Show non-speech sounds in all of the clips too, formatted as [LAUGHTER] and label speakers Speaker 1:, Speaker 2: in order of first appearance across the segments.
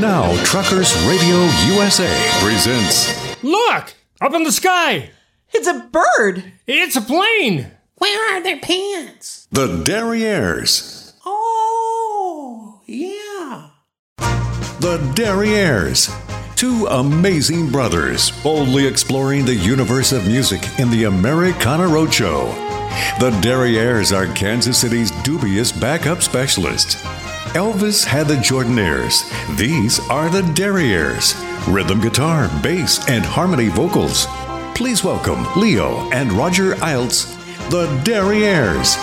Speaker 1: now, Truckers Radio USA presents.
Speaker 2: Look! Up in the sky!
Speaker 3: It's a bird.
Speaker 2: It's a plane!
Speaker 4: Where are their pants?
Speaker 1: The Derriers.
Speaker 4: Oh, yeah.
Speaker 1: The Derriers. Two amazing brothers boldly exploring the universe of music in the Americana Roadshow. The Derriers are Kansas City's dubious backup specialists. Elvis had the Jordanaires. These are the Derriers. Rhythm guitar, bass, and harmony vocals. Please welcome Leo and Roger Iltz, the Derriers.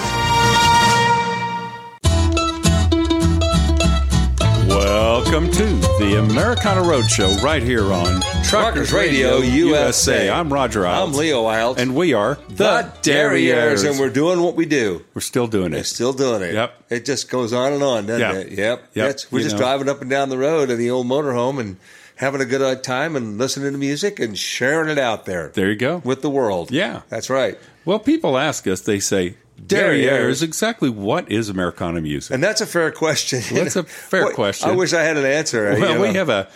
Speaker 5: Welcome to the Americana Roadshow right here on Truckers,
Speaker 6: Truckers Radio USA.
Speaker 5: I'm Roger Iles.
Speaker 6: I'm Leo Iles.
Speaker 5: And we are
Speaker 6: the Derriers, and we're doing what we do.
Speaker 5: We're still doing
Speaker 6: We're
Speaker 5: it.
Speaker 6: still doing it.
Speaker 5: Yep.
Speaker 6: It just goes on and on, doesn't
Speaker 5: Yep.
Speaker 6: it? Yep.
Speaker 5: Yep.
Speaker 6: That's, we're
Speaker 5: You
Speaker 6: just
Speaker 5: know.
Speaker 6: driving up and down the road in the old motorhome and having a good uh, time and listening to music and sharing it out there.
Speaker 5: There you go.
Speaker 6: With the world.
Speaker 5: Yeah.
Speaker 6: That's right.
Speaker 5: well, people ask us, they say, Derriers,
Speaker 6: Derriers.
Speaker 5: exactly what is Americana music?
Speaker 6: And that's a fair question.
Speaker 5: That's a fair
Speaker 6: Boy,
Speaker 5: question.
Speaker 6: I wish I had an answer. uh,
Speaker 5: well,
Speaker 6: you
Speaker 5: we
Speaker 6: know.
Speaker 5: have a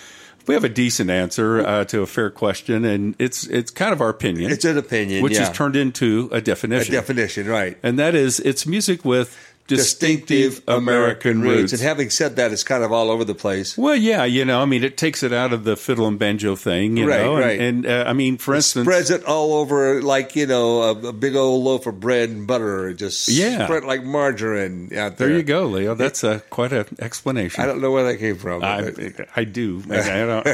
Speaker 5: we have a decent answer uh, to a fair question, and it's it's kind of our opinion.
Speaker 6: It's an opinion,
Speaker 5: which
Speaker 6: yeah.
Speaker 5: is turned into a
Speaker 6: a
Speaker 5: definition.
Speaker 6: definition, right.
Speaker 5: and that is, it's music with distinctive, American roots.
Speaker 6: And having said that, it's kind of all over the place.
Speaker 5: Well, yeah, you know, I mean, it takes it out of the fiddle and banjo thing, you
Speaker 6: Right,
Speaker 5: know, and,
Speaker 6: right.
Speaker 5: and uh, I mean, for instance,
Speaker 6: spreads it all over like you know a, a big old loaf of bread and butter. Just
Speaker 5: Yeah.
Speaker 6: spread like margarine out there.
Speaker 5: there you go, Leo. That's uh, quite an explanation.
Speaker 6: I don't know where that came from.
Speaker 5: I, I [LAUGHS] do. I, I don't.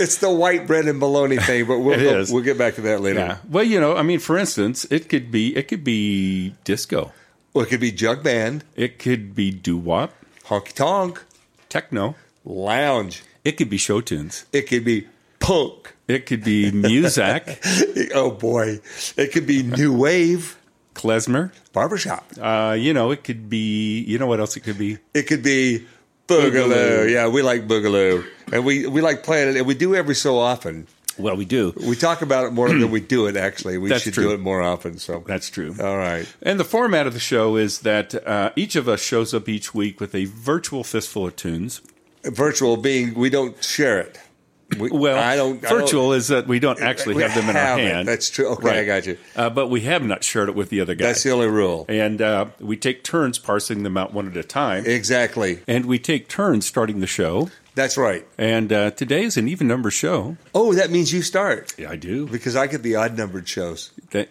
Speaker 6: it's the white bread and bologna thing, but we'll
Speaker 5: [LAUGHS] It
Speaker 6: go-
Speaker 5: is.
Speaker 6: we'll get back to that later.
Speaker 5: Yeah. Well, you know, I mean, for instance, it could be it could be disco,
Speaker 6: Well, it could be jug band,
Speaker 5: it could be doo wop,
Speaker 6: honky tonk,
Speaker 5: techno,
Speaker 6: lounge.
Speaker 5: it could be show tunes,
Speaker 6: It could be punk.
Speaker 5: it could be muzak, [LAUGHS]
Speaker 6: oh boy, it could be new wave
Speaker 5: klezmer.
Speaker 6: barbershop.
Speaker 5: Uh, you know, it could be. You know what else it could be?
Speaker 6: It could be boogaloo.
Speaker 5: Boogaloo.
Speaker 6: Yeah, we like boogaloo, and we we like playing it, and we do every so often.
Speaker 5: Well, we do.
Speaker 6: We talk about it more than we do it. Actually, we
Speaker 5: That's
Speaker 6: should
Speaker 5: true.
Speaker 6: do it more often. So
Speaker 5: That's true.
Speaker 6: all right.
Speaker 5: And the format of the show is that uh, each of us shows up each week with a virtual fistful of tunes.
Speaker 6: Virtual being, we don't share it. We,
Speaker 5: Well,
Speaker 6: I don't I don't-
Speaker 5: virtual is that we don't actually
Speaker 6: We
Speaker 5: have them in our
Speaker 6: have it.
Speaker 5: hand.
Speaker 6: That's true. Okay, I got you.
Speaker 5: Uh, but we have not shared it with the other guy.
Speaker 6: that's the only rule.
Speaker 5: and uh, we take turns parsing them out one at a time.
Speaker 6: Exactly.
Speaker 5: and we take turns starting the show.
Speaker 6: That's right.
Speaker 5: And uh, today is an even number show.
Speaker 6: Oh, that means you start
Speaker 5: Yeah, I do.
Speaker 6: because I get the odd numbered shows.
Speaker 5: That,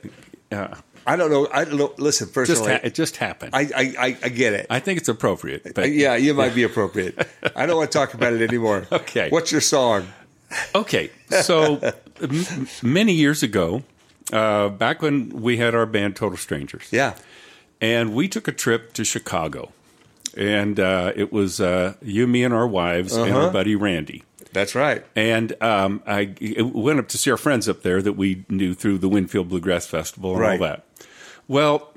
Speaker 5: uh,
Speaker 6: I don't know. I don't know. Listen,
Speaker 5: just
Speaker 6: personally,
Speaker 5: ha- it just happened.
Speaker 6: I, I, I, I get it.
Speaker 5: I think it's appropriate. But,
Speaker 6: yeah, you might be appropriate. I don't want to talk about it anymore.
Speaker 5: [LAUGHS] Okay.
Speaker 6: What's your song?
Speaker 5: Okay, so m- many years ago, uh, back when we had our band Total Strangers,
Speaker 6: Yeah.
Speaker 5: and we took a trip to Chicago, and uh, it was uh, you, me, and our wives, and our buddy Randy.
Speaker 6: That's right.
Speaker 5: And um, I I went up to see our friends up there that we knew through the Winfield Bluegrass Festival and
Speaker 6: Right.
Speaker 5: all that. Well,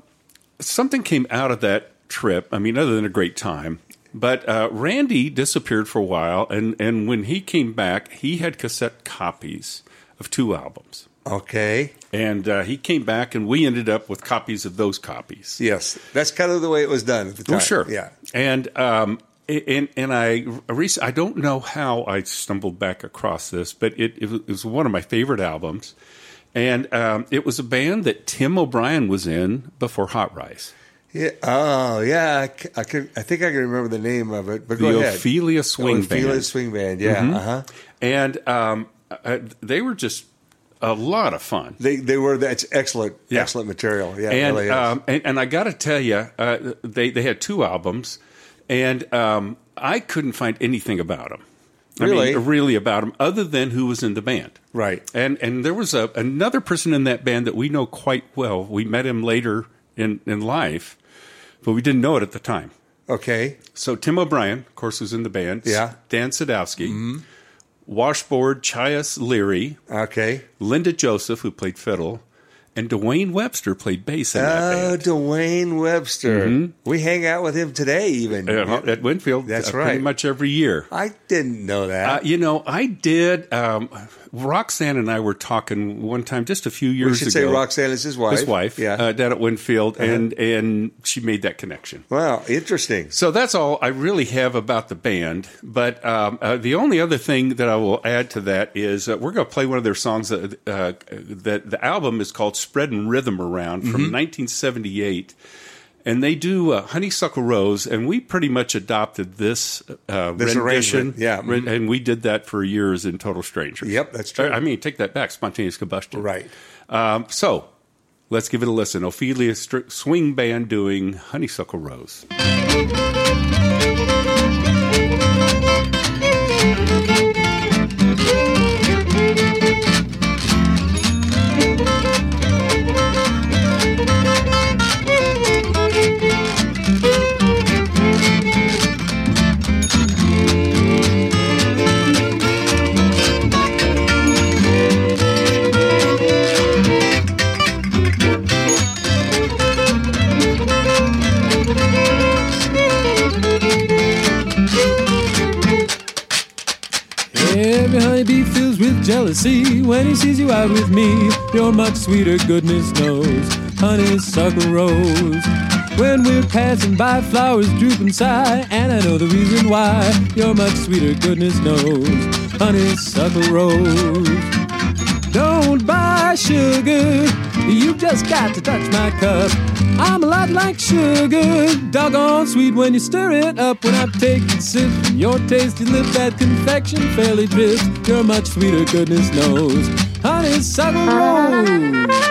Speaker 5: something came out of that trip. I mean, other than a great time. But uh, Randy disappeared for a while, and, and when he came back, he had cassette copies of two albums.
Speaker 6: Okay.
Speaker 5: And uh, he came back, and we ended up with copies of those copies.
Speaker 6: Yes. That's kind of the way it was done at the time.
Speaker 5: Oh, sure.
Speaker 6: Yeah.
Speaker 5: And um, and and I rec- I don't know how I stumbled back across this, but it it was- it was one of my favorite albums, and um, it was a band that Tim O'Brien was in before Hot Rice,
Speaker 6: Yeah. Oh, yeah. I, c- I can. I think I can remember the name of it. But go
Speaker 5: the
Speaker 6: ahead.
Speaker 5: Ophelia Swing
Speaker 6: oh, Ophelia
Speaker 5: Band, Mm-hmm.
Speaker 6: Swing Band. Yeah. Uh huh.
Speaker 5: and um, uh, they were just a lot of fun.
Speaker 6: They they were that's excellent
Speaker 5: Yeah.
Speaker 6: excellent material. Yeah. it
Speaker 5: and,
Speaker 6: really is.
Speaker 5: um, and and I got to tell you, uh, they they had two albums, and um, I couldn't find anything about them. I
Speaker 6: Really?
Speaker 5: mean, really about them, other than who was in the band,
Speaker 6: Right.
Speaker 5: And and there was a, another person in that band that we know quite well. We met him later in in life, but we didn't know it at the time.
Speaker 6: okay.
Speaker 5: So Tim O'Brien, of course, was in the band.
Speaker 6: Yeah. Mm-hmm.
Speaker 5: Dan Sadowski, Washboard, Chias Leary,
Speaker 6: Okay.
Speaker 5: Linda Joseph, who played fiddle, and Dwayne Webster played bass in that
Speaker 6: Oh,
Speaker 5: band. Mm-hmm.
Speaker 6: Dwayne Webster. We hang out with him today, even.
Speaker 5: Uh, at Winfield,
Speaker 6: That's
Speaker 5: uh,
Speaker 6: right.
Speaker 5: Pretty much every year.
Speaker 6: I didn't know
Speaker 5: Uh,
Speaker 6: that.
Speaker 5: you know, I did. Um, Roxanne and I were talking one time just a few years
Speaker 6: we should
Speaker 5: ago.
Speaker 6: say Roxanne is his wife.
Speaker 5: his wife,
Speaker 6: Yeah. Uh-huh.
Speaker 5: uh, down at Winfield, and and she made that connection.
Speaker 6: wow, interesting.
Speaker 5: So that's all I really have about the band. But um, uh, the only other thing that I will add to that is uh, we're going to play one of their songs. That, uh, that the album is called "Spreading Rhythm Around"
Speaker 6: Mm-hmm.
Speaker 5: from 1978, and they do uh, "Honeysuckle Rose," and we pretty much adopted this uh,
Speaker 6: This
Speaker 5: rendition.
Speaker 6: arrangement, yeah. mm-hmm.
Speaker 5: re- and we did that for years in Total Strangers.
Speaker 6: Yep, that's true.
Speaker 5: I, I mean, take that back, spontaneous combustion.
Speaker 6: Right.
Speaker 5: Um, so let's give it a listen. Ophelia Str- Swing Band doing "Honeysuckle Rose."
Speaker 7: Every honeybee fills with jealousy when he sees you out with me. You're much sweeter, goodness knows, honeysuckle rose. When we're passing by, flowers droop and sigh, and I know the reason why. You're much sweeter, goodness knows, honeysuckle rose. Don't buy sugar. You've just got to touch my cup. I'm a lot like sugar, doggone sweet when you stir it up. When I take a sip from your tasty lip, that confection fairly drips. You're much sweeter, goodness knows. Honeysuckle rose.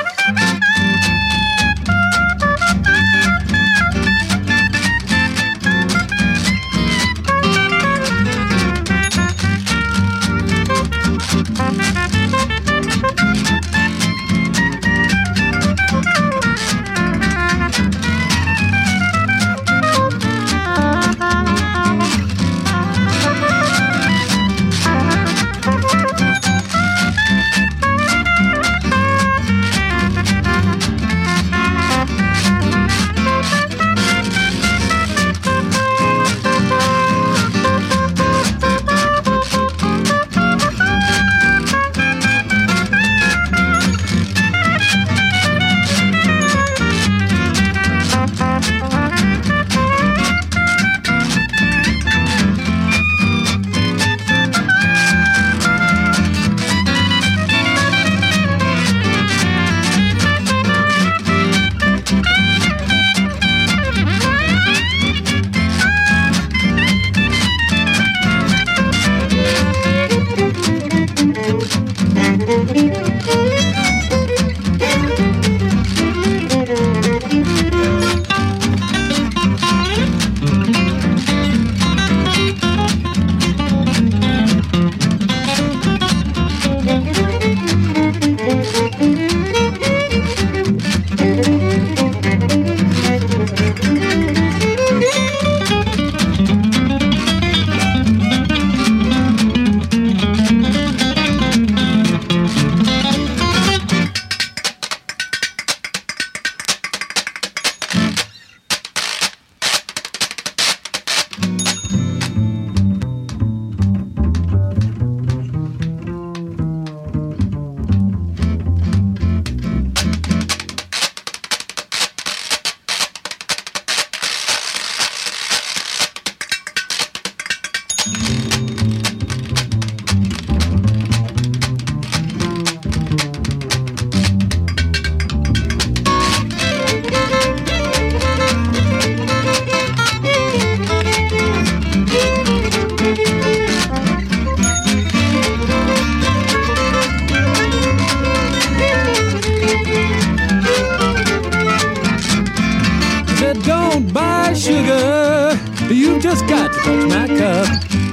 Speaker 7: said, Don't buy sugar. You've just got to touch my cup.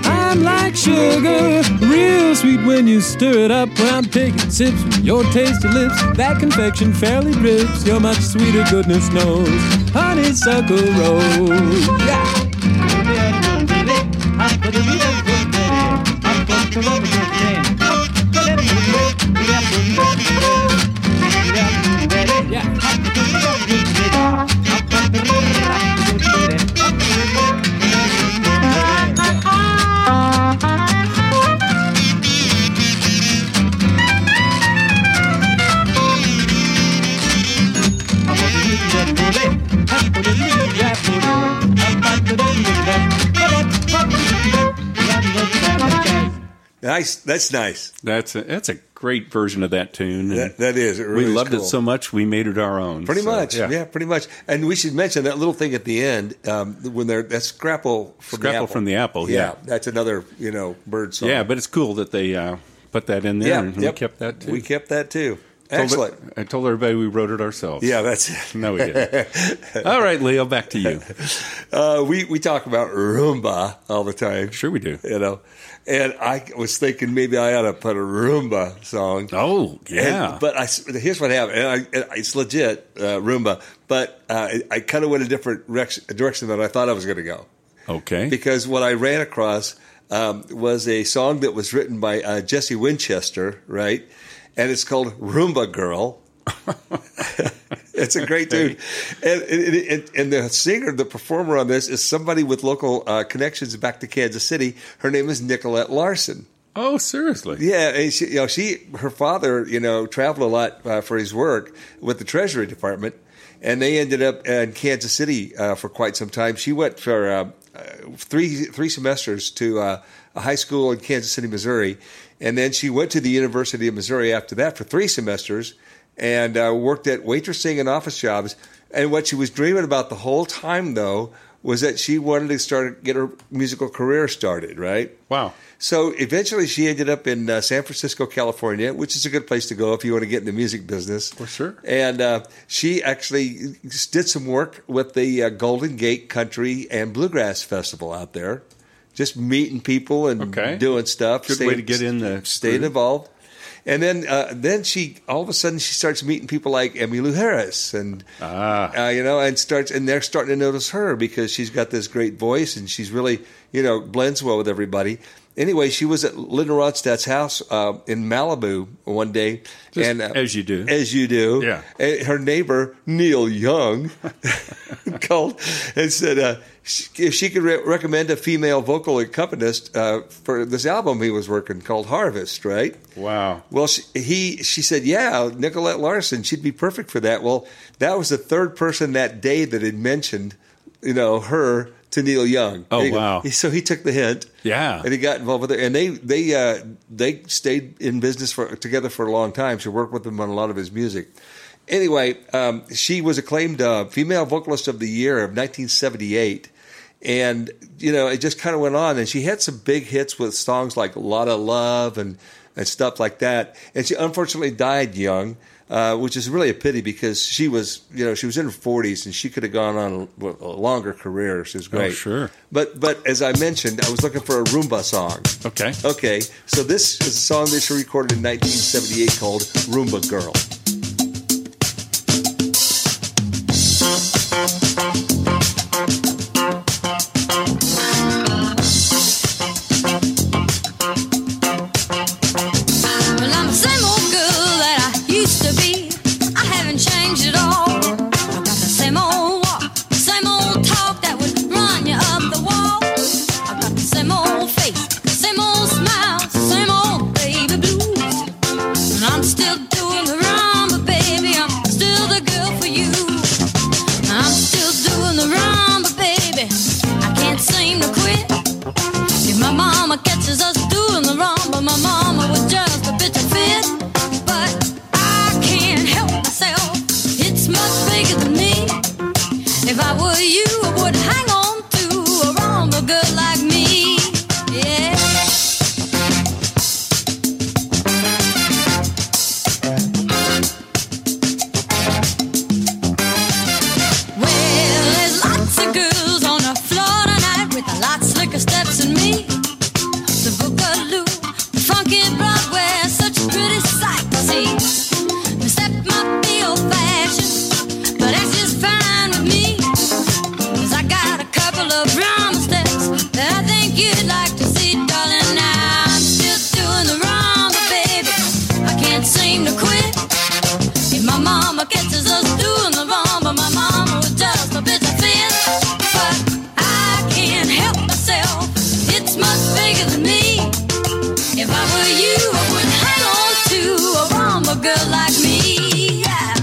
Speaker 7: I'm like sugar, real sweet when you stir it up. When I'm taking sips from your tasty lips, that confection fairly drips. You're much sweeter, goodness knows. Honeysuckle rose. Yeah.
Speaker 8: Thank you.
Speaker 6: Nice. That's nice.
Speaker 5: That's a, that's a great version of that tune. and
Speaker 6: That, that is. It really
Speaker 5: we
Speaker 6: is
Speaker 5: loved
Speaker 6: cool.
Speaker 5: it so much we made it our own.
Speaker 6: Pretty
Speaker 5: So,
Speaker 6: much, yeah. pretty much. And we should mention that little thing at the end um, when they're that's scrapple from the
Speaker 5: Scrapple
Speaker 6: apple.
Speaker 5: from the apple, yeah.
Speaker 6: that's another you know bird song.
Speaker 5: Yeah, but it's cool that they uh, put that in there
Speaker 6: yeah,
Speaker 5: and
Speaker 6: yep.
Speaker 5: we kept that too.
Speaker 6: We kept that too.
Speaker 5: Told it-
Speaker 6: Excellent.
Speaker 5: I told everybody we wrote it ourselves.
Speaker 6: Yeah, that's it.
Speaker 5: No, we didn't.
Speaker 6: [LAUGHS]
Speaker 5: All right, Leo, back to you.
Speaker 6: Uh, we we talk about Roomba all the time.
Speaker 5: Sure, we do.
Speaker 6: You know, and I was thinking maybe I ought to put a Roomba song.
Speaker 5: Oh,
Speaker 6: And-
Speaker 5: yeah.
Speaker 6: but I s here's what happened. And I, and it's legit uh, Roomba, but uh, I, I kind of went a different rex- direction than I thought I was going to go.
Speaker 5: okay.
Speaker 6: because what I ran across um, was a song that was written by uh, Jesse Winchester, right? And it's called Roomba Girl. [LAUGHS] it's a great tune. And, and, and, and the singer, the performer on this is somebody with local uh, connections back to Kansas City. Her name is Nicolette Larson.
Speaker 5: oh, seriously.
Speaker 6: Yeah, and she, you know, she, her father, you know, traveled a lot uh, for his work with the Treasury Department, and they ended up in Kansas City uh, for quite some time. She went for uh, uh, three three semesters to uh, a high school in Kansas City, Missouri, and then she went to the University of Missouri after that for three semesters, and uh, worked at waitressing and office jobs. And what she was dreaming about the whole time, though, was that she wanted to start get her musical career started, right?
Speaker 5: Wow.
Speaker 6: So eventually, she ended up in uh, San Francisco, California, which is a good place to go if you want to get in the music business. For
Speaker 5: sure.
Speaker 6: And uh, she actually did some work with the uh, Golden Gate Country and Bluegrass Festival out there, just meeting people and
Speaker 5: Okay.
Speaker 6: doing stuff.
Speaker 5: Good way to get in the
Speaker 6: staying
Speaker 5: group.
Speaker 6: involved. And then, uh, then she all of a sudden she starts meeting people like Emmylou Harris, and
Speaker 5: Ah.
Speaker 6: uh, you know, and starts and they're starting to notice her because she's got this great voice and she's really you know blends well with everybody. Anyway, she was at Linda Ronstadt's house uh, in Malibu one day,
Speaker 5: Just
Speaker 6: and uh,
Speaker 5: as you do.
Speaker 6: as you do,
Speaker 5: Yeah.
Speaker 6: And her neighbor Neil Young [LAUGHS] called and said uh, sh- if she could re- recommend a female vocal accompanist uh, for this album he was working called Harvest, right?
Speaker 5: Wow.
Speaker 6: Well, she, he she said, "Yeah, Nicolette Larson, she'd be perfect for that." Well, that was the third person that day that had mentioned, you know, her to Neil Young.
Speaker 5: Oh,
Speaker 6: He- [LAUGHS]
Speaker 5: wow.
Speaker 6: So he took the hint,
Speaker 5: Yeah.
Speaker 6: and he got involved with her. And they they uh, they stayed in business for together for a long time. She worked with him on a lot of his music. Anyway, um, she was acclaimed uh, female vocalist of the year of 1978. And you know, it just kind of went on, and she had some big hits with songs like "A Lot of Love" and and stuff like that. And she unfortunately died young, uh, which is really a pity because she was, you know, she was in her forties and she could have gone on a, a longer career. She was great,
Speaker 5: Oh, sure.
Speaker 6: But but as I mentioned, I was looking for a Roomba song.
Speaker 5: Okay.
Speaker 6: Okay, so this is a song that she recorded in 1978 called "Roomba Girl."
Speaker 9: Well, I'm the same old girl that I used to be. I haven't changed at all. I got the same old walk, same old talk that would run you up the wall. I got the same old face, same old smile, same old baby blues. And I'm still doing the rumba, baby. I'm still the girl for you. I'm still doing the rumba, baby. I can't seem to quit. If my mama catches us doing the wrong, but my mama would just a bitch a fit. But I can't help myself. It's much bigger than me. If I were you, I would hang on to a wrong a girl like me. Yeah. Well, there's lots of girls on the floor tonight with a lot slicker steps than me. The Boogaloo, the funky Broadway, such a pretty sight to see. The step might be old fashioned, but that's just fine with me. 'Cause I got a couple of rumble steps that I think you'd like to see, darling. Now I'm still doing the rumble, baby. I can't seem to quit. If my mama catches us doing the wrong, but my mama was just a bitch of fit. But I can't help myself. It's much bigger than me. If I were you, I would hang on to a bomber girl like me. Yeah.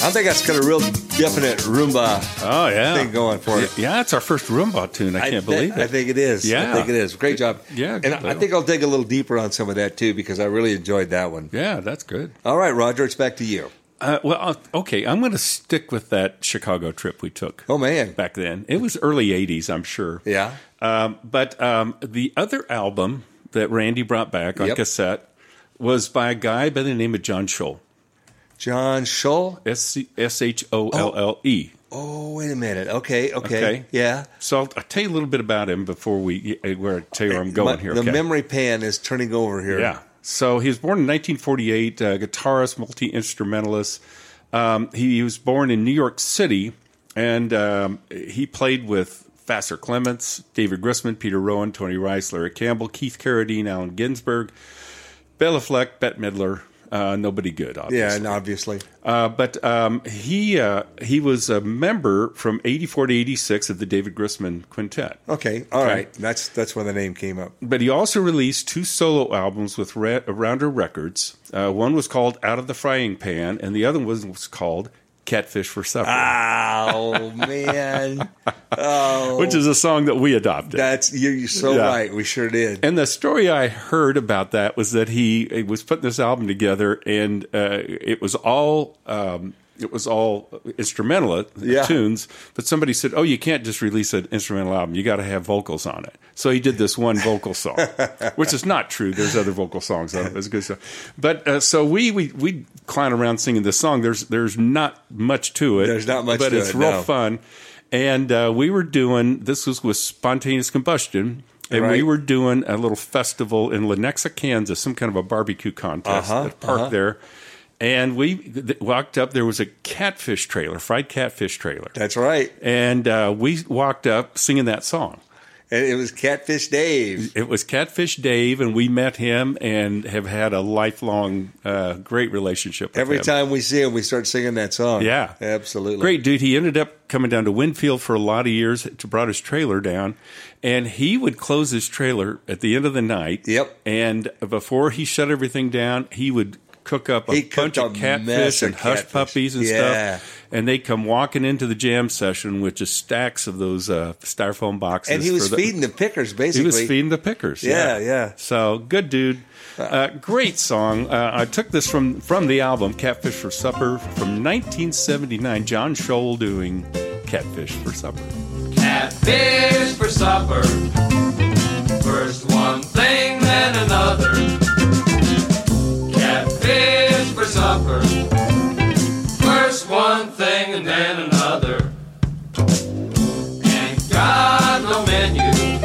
Speaker 6: I think that's got a real definite Roomba
Speaker 5: Oh yeah,
Speaker 6: thing going for it.
Speaker 5: Yeah, it's our first Roomba tune. I can't
Speaker 6: thi-
Speaker 5: believe it.
Speaker 6: I think it is.
Speaker 5: Yeah.
Speaker 6: I think it is. Great job.
Speaker 5: Yeah,
Speaker 6: And I, I think I'll dig a little deeper on some of that too because I really enjoyed that one.
Speaker 5: yeah, that's good.
Speaker 6: All right, Roger, it's back to you.
Speaker 5: Uh, well, I'll- okay, I'm going to stick with that Chicago trip we took
Speaker 6: Oh man.
Speaker 5: back then. It was early '80s, I'm sure.
Speaker 6: Yeah.
Speaker 5: Um, but um, the other album that Randy brought back on
Speaker 6: Yep.
Speaker 5: cassette was by a guy by the name of John Scholl.
Speaker 6: John Scholl.
Speaker 5: S H O L L E.
Speaker 6: Oh, wait a minute. Okay, okay.
Speaker 5: Okay.
Speaker 6: Yeah.
Speaker 5: So I'll, I'll tell you a little bit about him before we eh, where I tell you where I'm going
Speaker 6: My-
Speaker 5: here.
Speaker 6: The
Speaker 5: okay?
Speaker 6: memory pan is turning over here.
Speaker 5: Yeah. So he was born in 1948, uh, guitarist, multi instrumentalist. Um, he was born in New York City, and um, he played with Vassar Clements, David Grisman, Peter Rowan, Tony Rice, Larry Campbell, Keith Carradine, Allen Ginsberg, Bella Fleck, Bette Midler. Uh, nobody good, obviously.
Speaker 6: Yeah, and obviously.
Speaker 5: Uh, but um, he uh, he was a member from 84 to 86 of the David Grisman Quintet.
Speaker 6: Okay. All
Speaker 5: Okay.
Speaker 6: right. That's that's when the name came up.
Speaker 5: But he also released two solo albums with Ra- Rounder Records. Uh, one was called Out of the Frying Pan, and the other one was called Catfish for Supper,
Speaker 6: Oh man.
Speaker 5: which is a song that we
Speaker 6: [LAUGHS]
Speaker 5: adopted.
Speaker 6: That's you're, you're so
Speaker 5: Yeah.
Speaker 6: right. We sure did.
Speaker 5: and the story I heard about that was that he, he was putting this album together, and uh, it was all um, it was all instrumental uh,
Speaker 6: Yeah.
Speaker 5: tunes. But somebody said, "Oh, you can't just release an instrumental album; you got to have vocals on it." So he did this one vocal song,
Speaker 6: [LAUGHS]
Speaker 5: which is not true. There's other vocal songs on it. It's good stuff. But uh, so we we we clown around singing this song. There's there's not much to it.
Speaker 6: There's not much
Speaker 5: but
Speaker 6: to
Speaker 5: it's
Speaker 6: it,
Speaker 5: real
Speaker 6: no.
Speaker 5: fun. And uh, we were doing this was with spontaneous combustion, and we
Speaker 6: Right.
Speaker 5: were doing a little festival in Lenexa, Kansas, some kind of a barbecue contest
Speaker 6: Uh-huh,
Speaker 5: that parked there. And we th- walked up. There was a catfish trailer, fried catfish trailer,
Speaker 6: That's right.
Speaker 5: and uh, we walked up singing that song.
Speaker 6: And it was Catfish Dave.
Speaker 5: It was Catfish Dave, and we met him and have had a lifelong uh, great relationship. With
Speaker 6: Every
Speaker 5: him.
Speaker 6: time we see him, we start singing that song.
Speaker 5: Yeah.
Speaker 6: Absolutely.
Speaker 5: Great dude. He ended up coming down to Winfield for a lot of years, to brought his trailer down, and he would close his trailer at the end of the night.
Speaker 6: Yep.
Speaker 5: And before he shut everything down, he would cook up a
Speaker 6: He cooked
Speaker 5: bunch of
Speaker 6: a
Speaker 5: catfish
Speaker 6: mess of
Speaker 5: and hush
Speaker 6: catfish.
Speaker 5: puppies and
Speaker 6: Yeah.
Speaker 5: stuff. And they come walking into the jam session with just stacks of those uh, styrofoam boxes.
Speaker 6: And he was
Speaker 5: for the-
Speaker 6: feeding the pickers,
Speaker 5: he
Speaker 6: basically.
Speaker 5: was feeding the pickers.
Speaker 6: Yeah, yeah.
Speaker 5: So good, dude. Uh, great song. Uh, I took this from from the album "Catfish for Supper" from 1979. John Scholl doing "Catfish for Supper."
Speaker 10: catfish for supper. First one thing, then another. Catfish for supper. First one thing and then another. Ain't got no menu.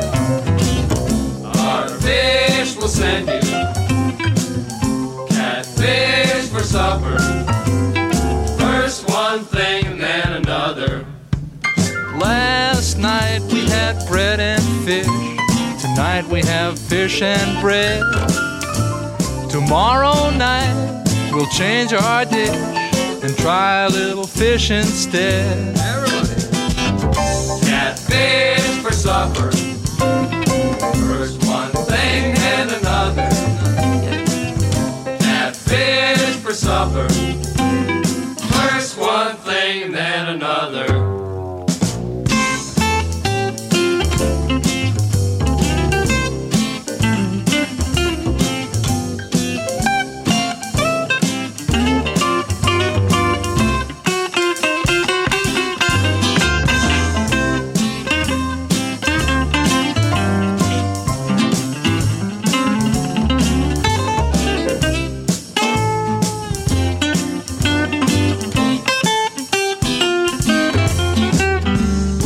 Speaker 10: Our fish will send you. Catfish for supper. First one thing and then another. Last night we had bread and fish. Tonight we have fish and bread. Tomorrow night we'll change our dish and try a little fish instead. Catfish for supper. First one thing and another. Catfish for supper. First one thing and then another.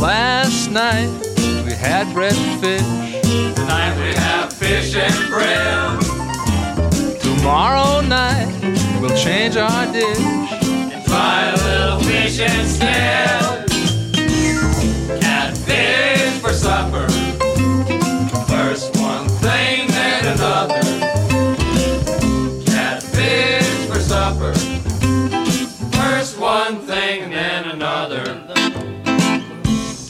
Speaker 10: Last night we had bread and fish. Tonight we have fish and bread. Tomorrow night we'll change our dish and try a little fish instead. Catfish for supper. First one thing, then another. Catfish for supper. First one thing, and then another.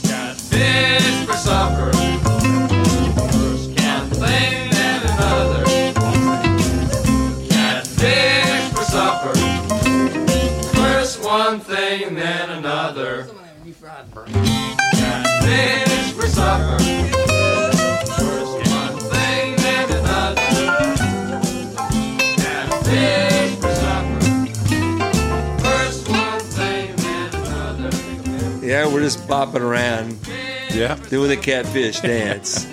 Speaker 10: Catfish for supper. First One thing then another. Catfish for supper. First one thing.
Speaker 6: just bopping around
Speaker 5: Yeah.
Speaker 6: doing the catfish
Speaker 5: [LAUGHS]
Speaker 6: dance.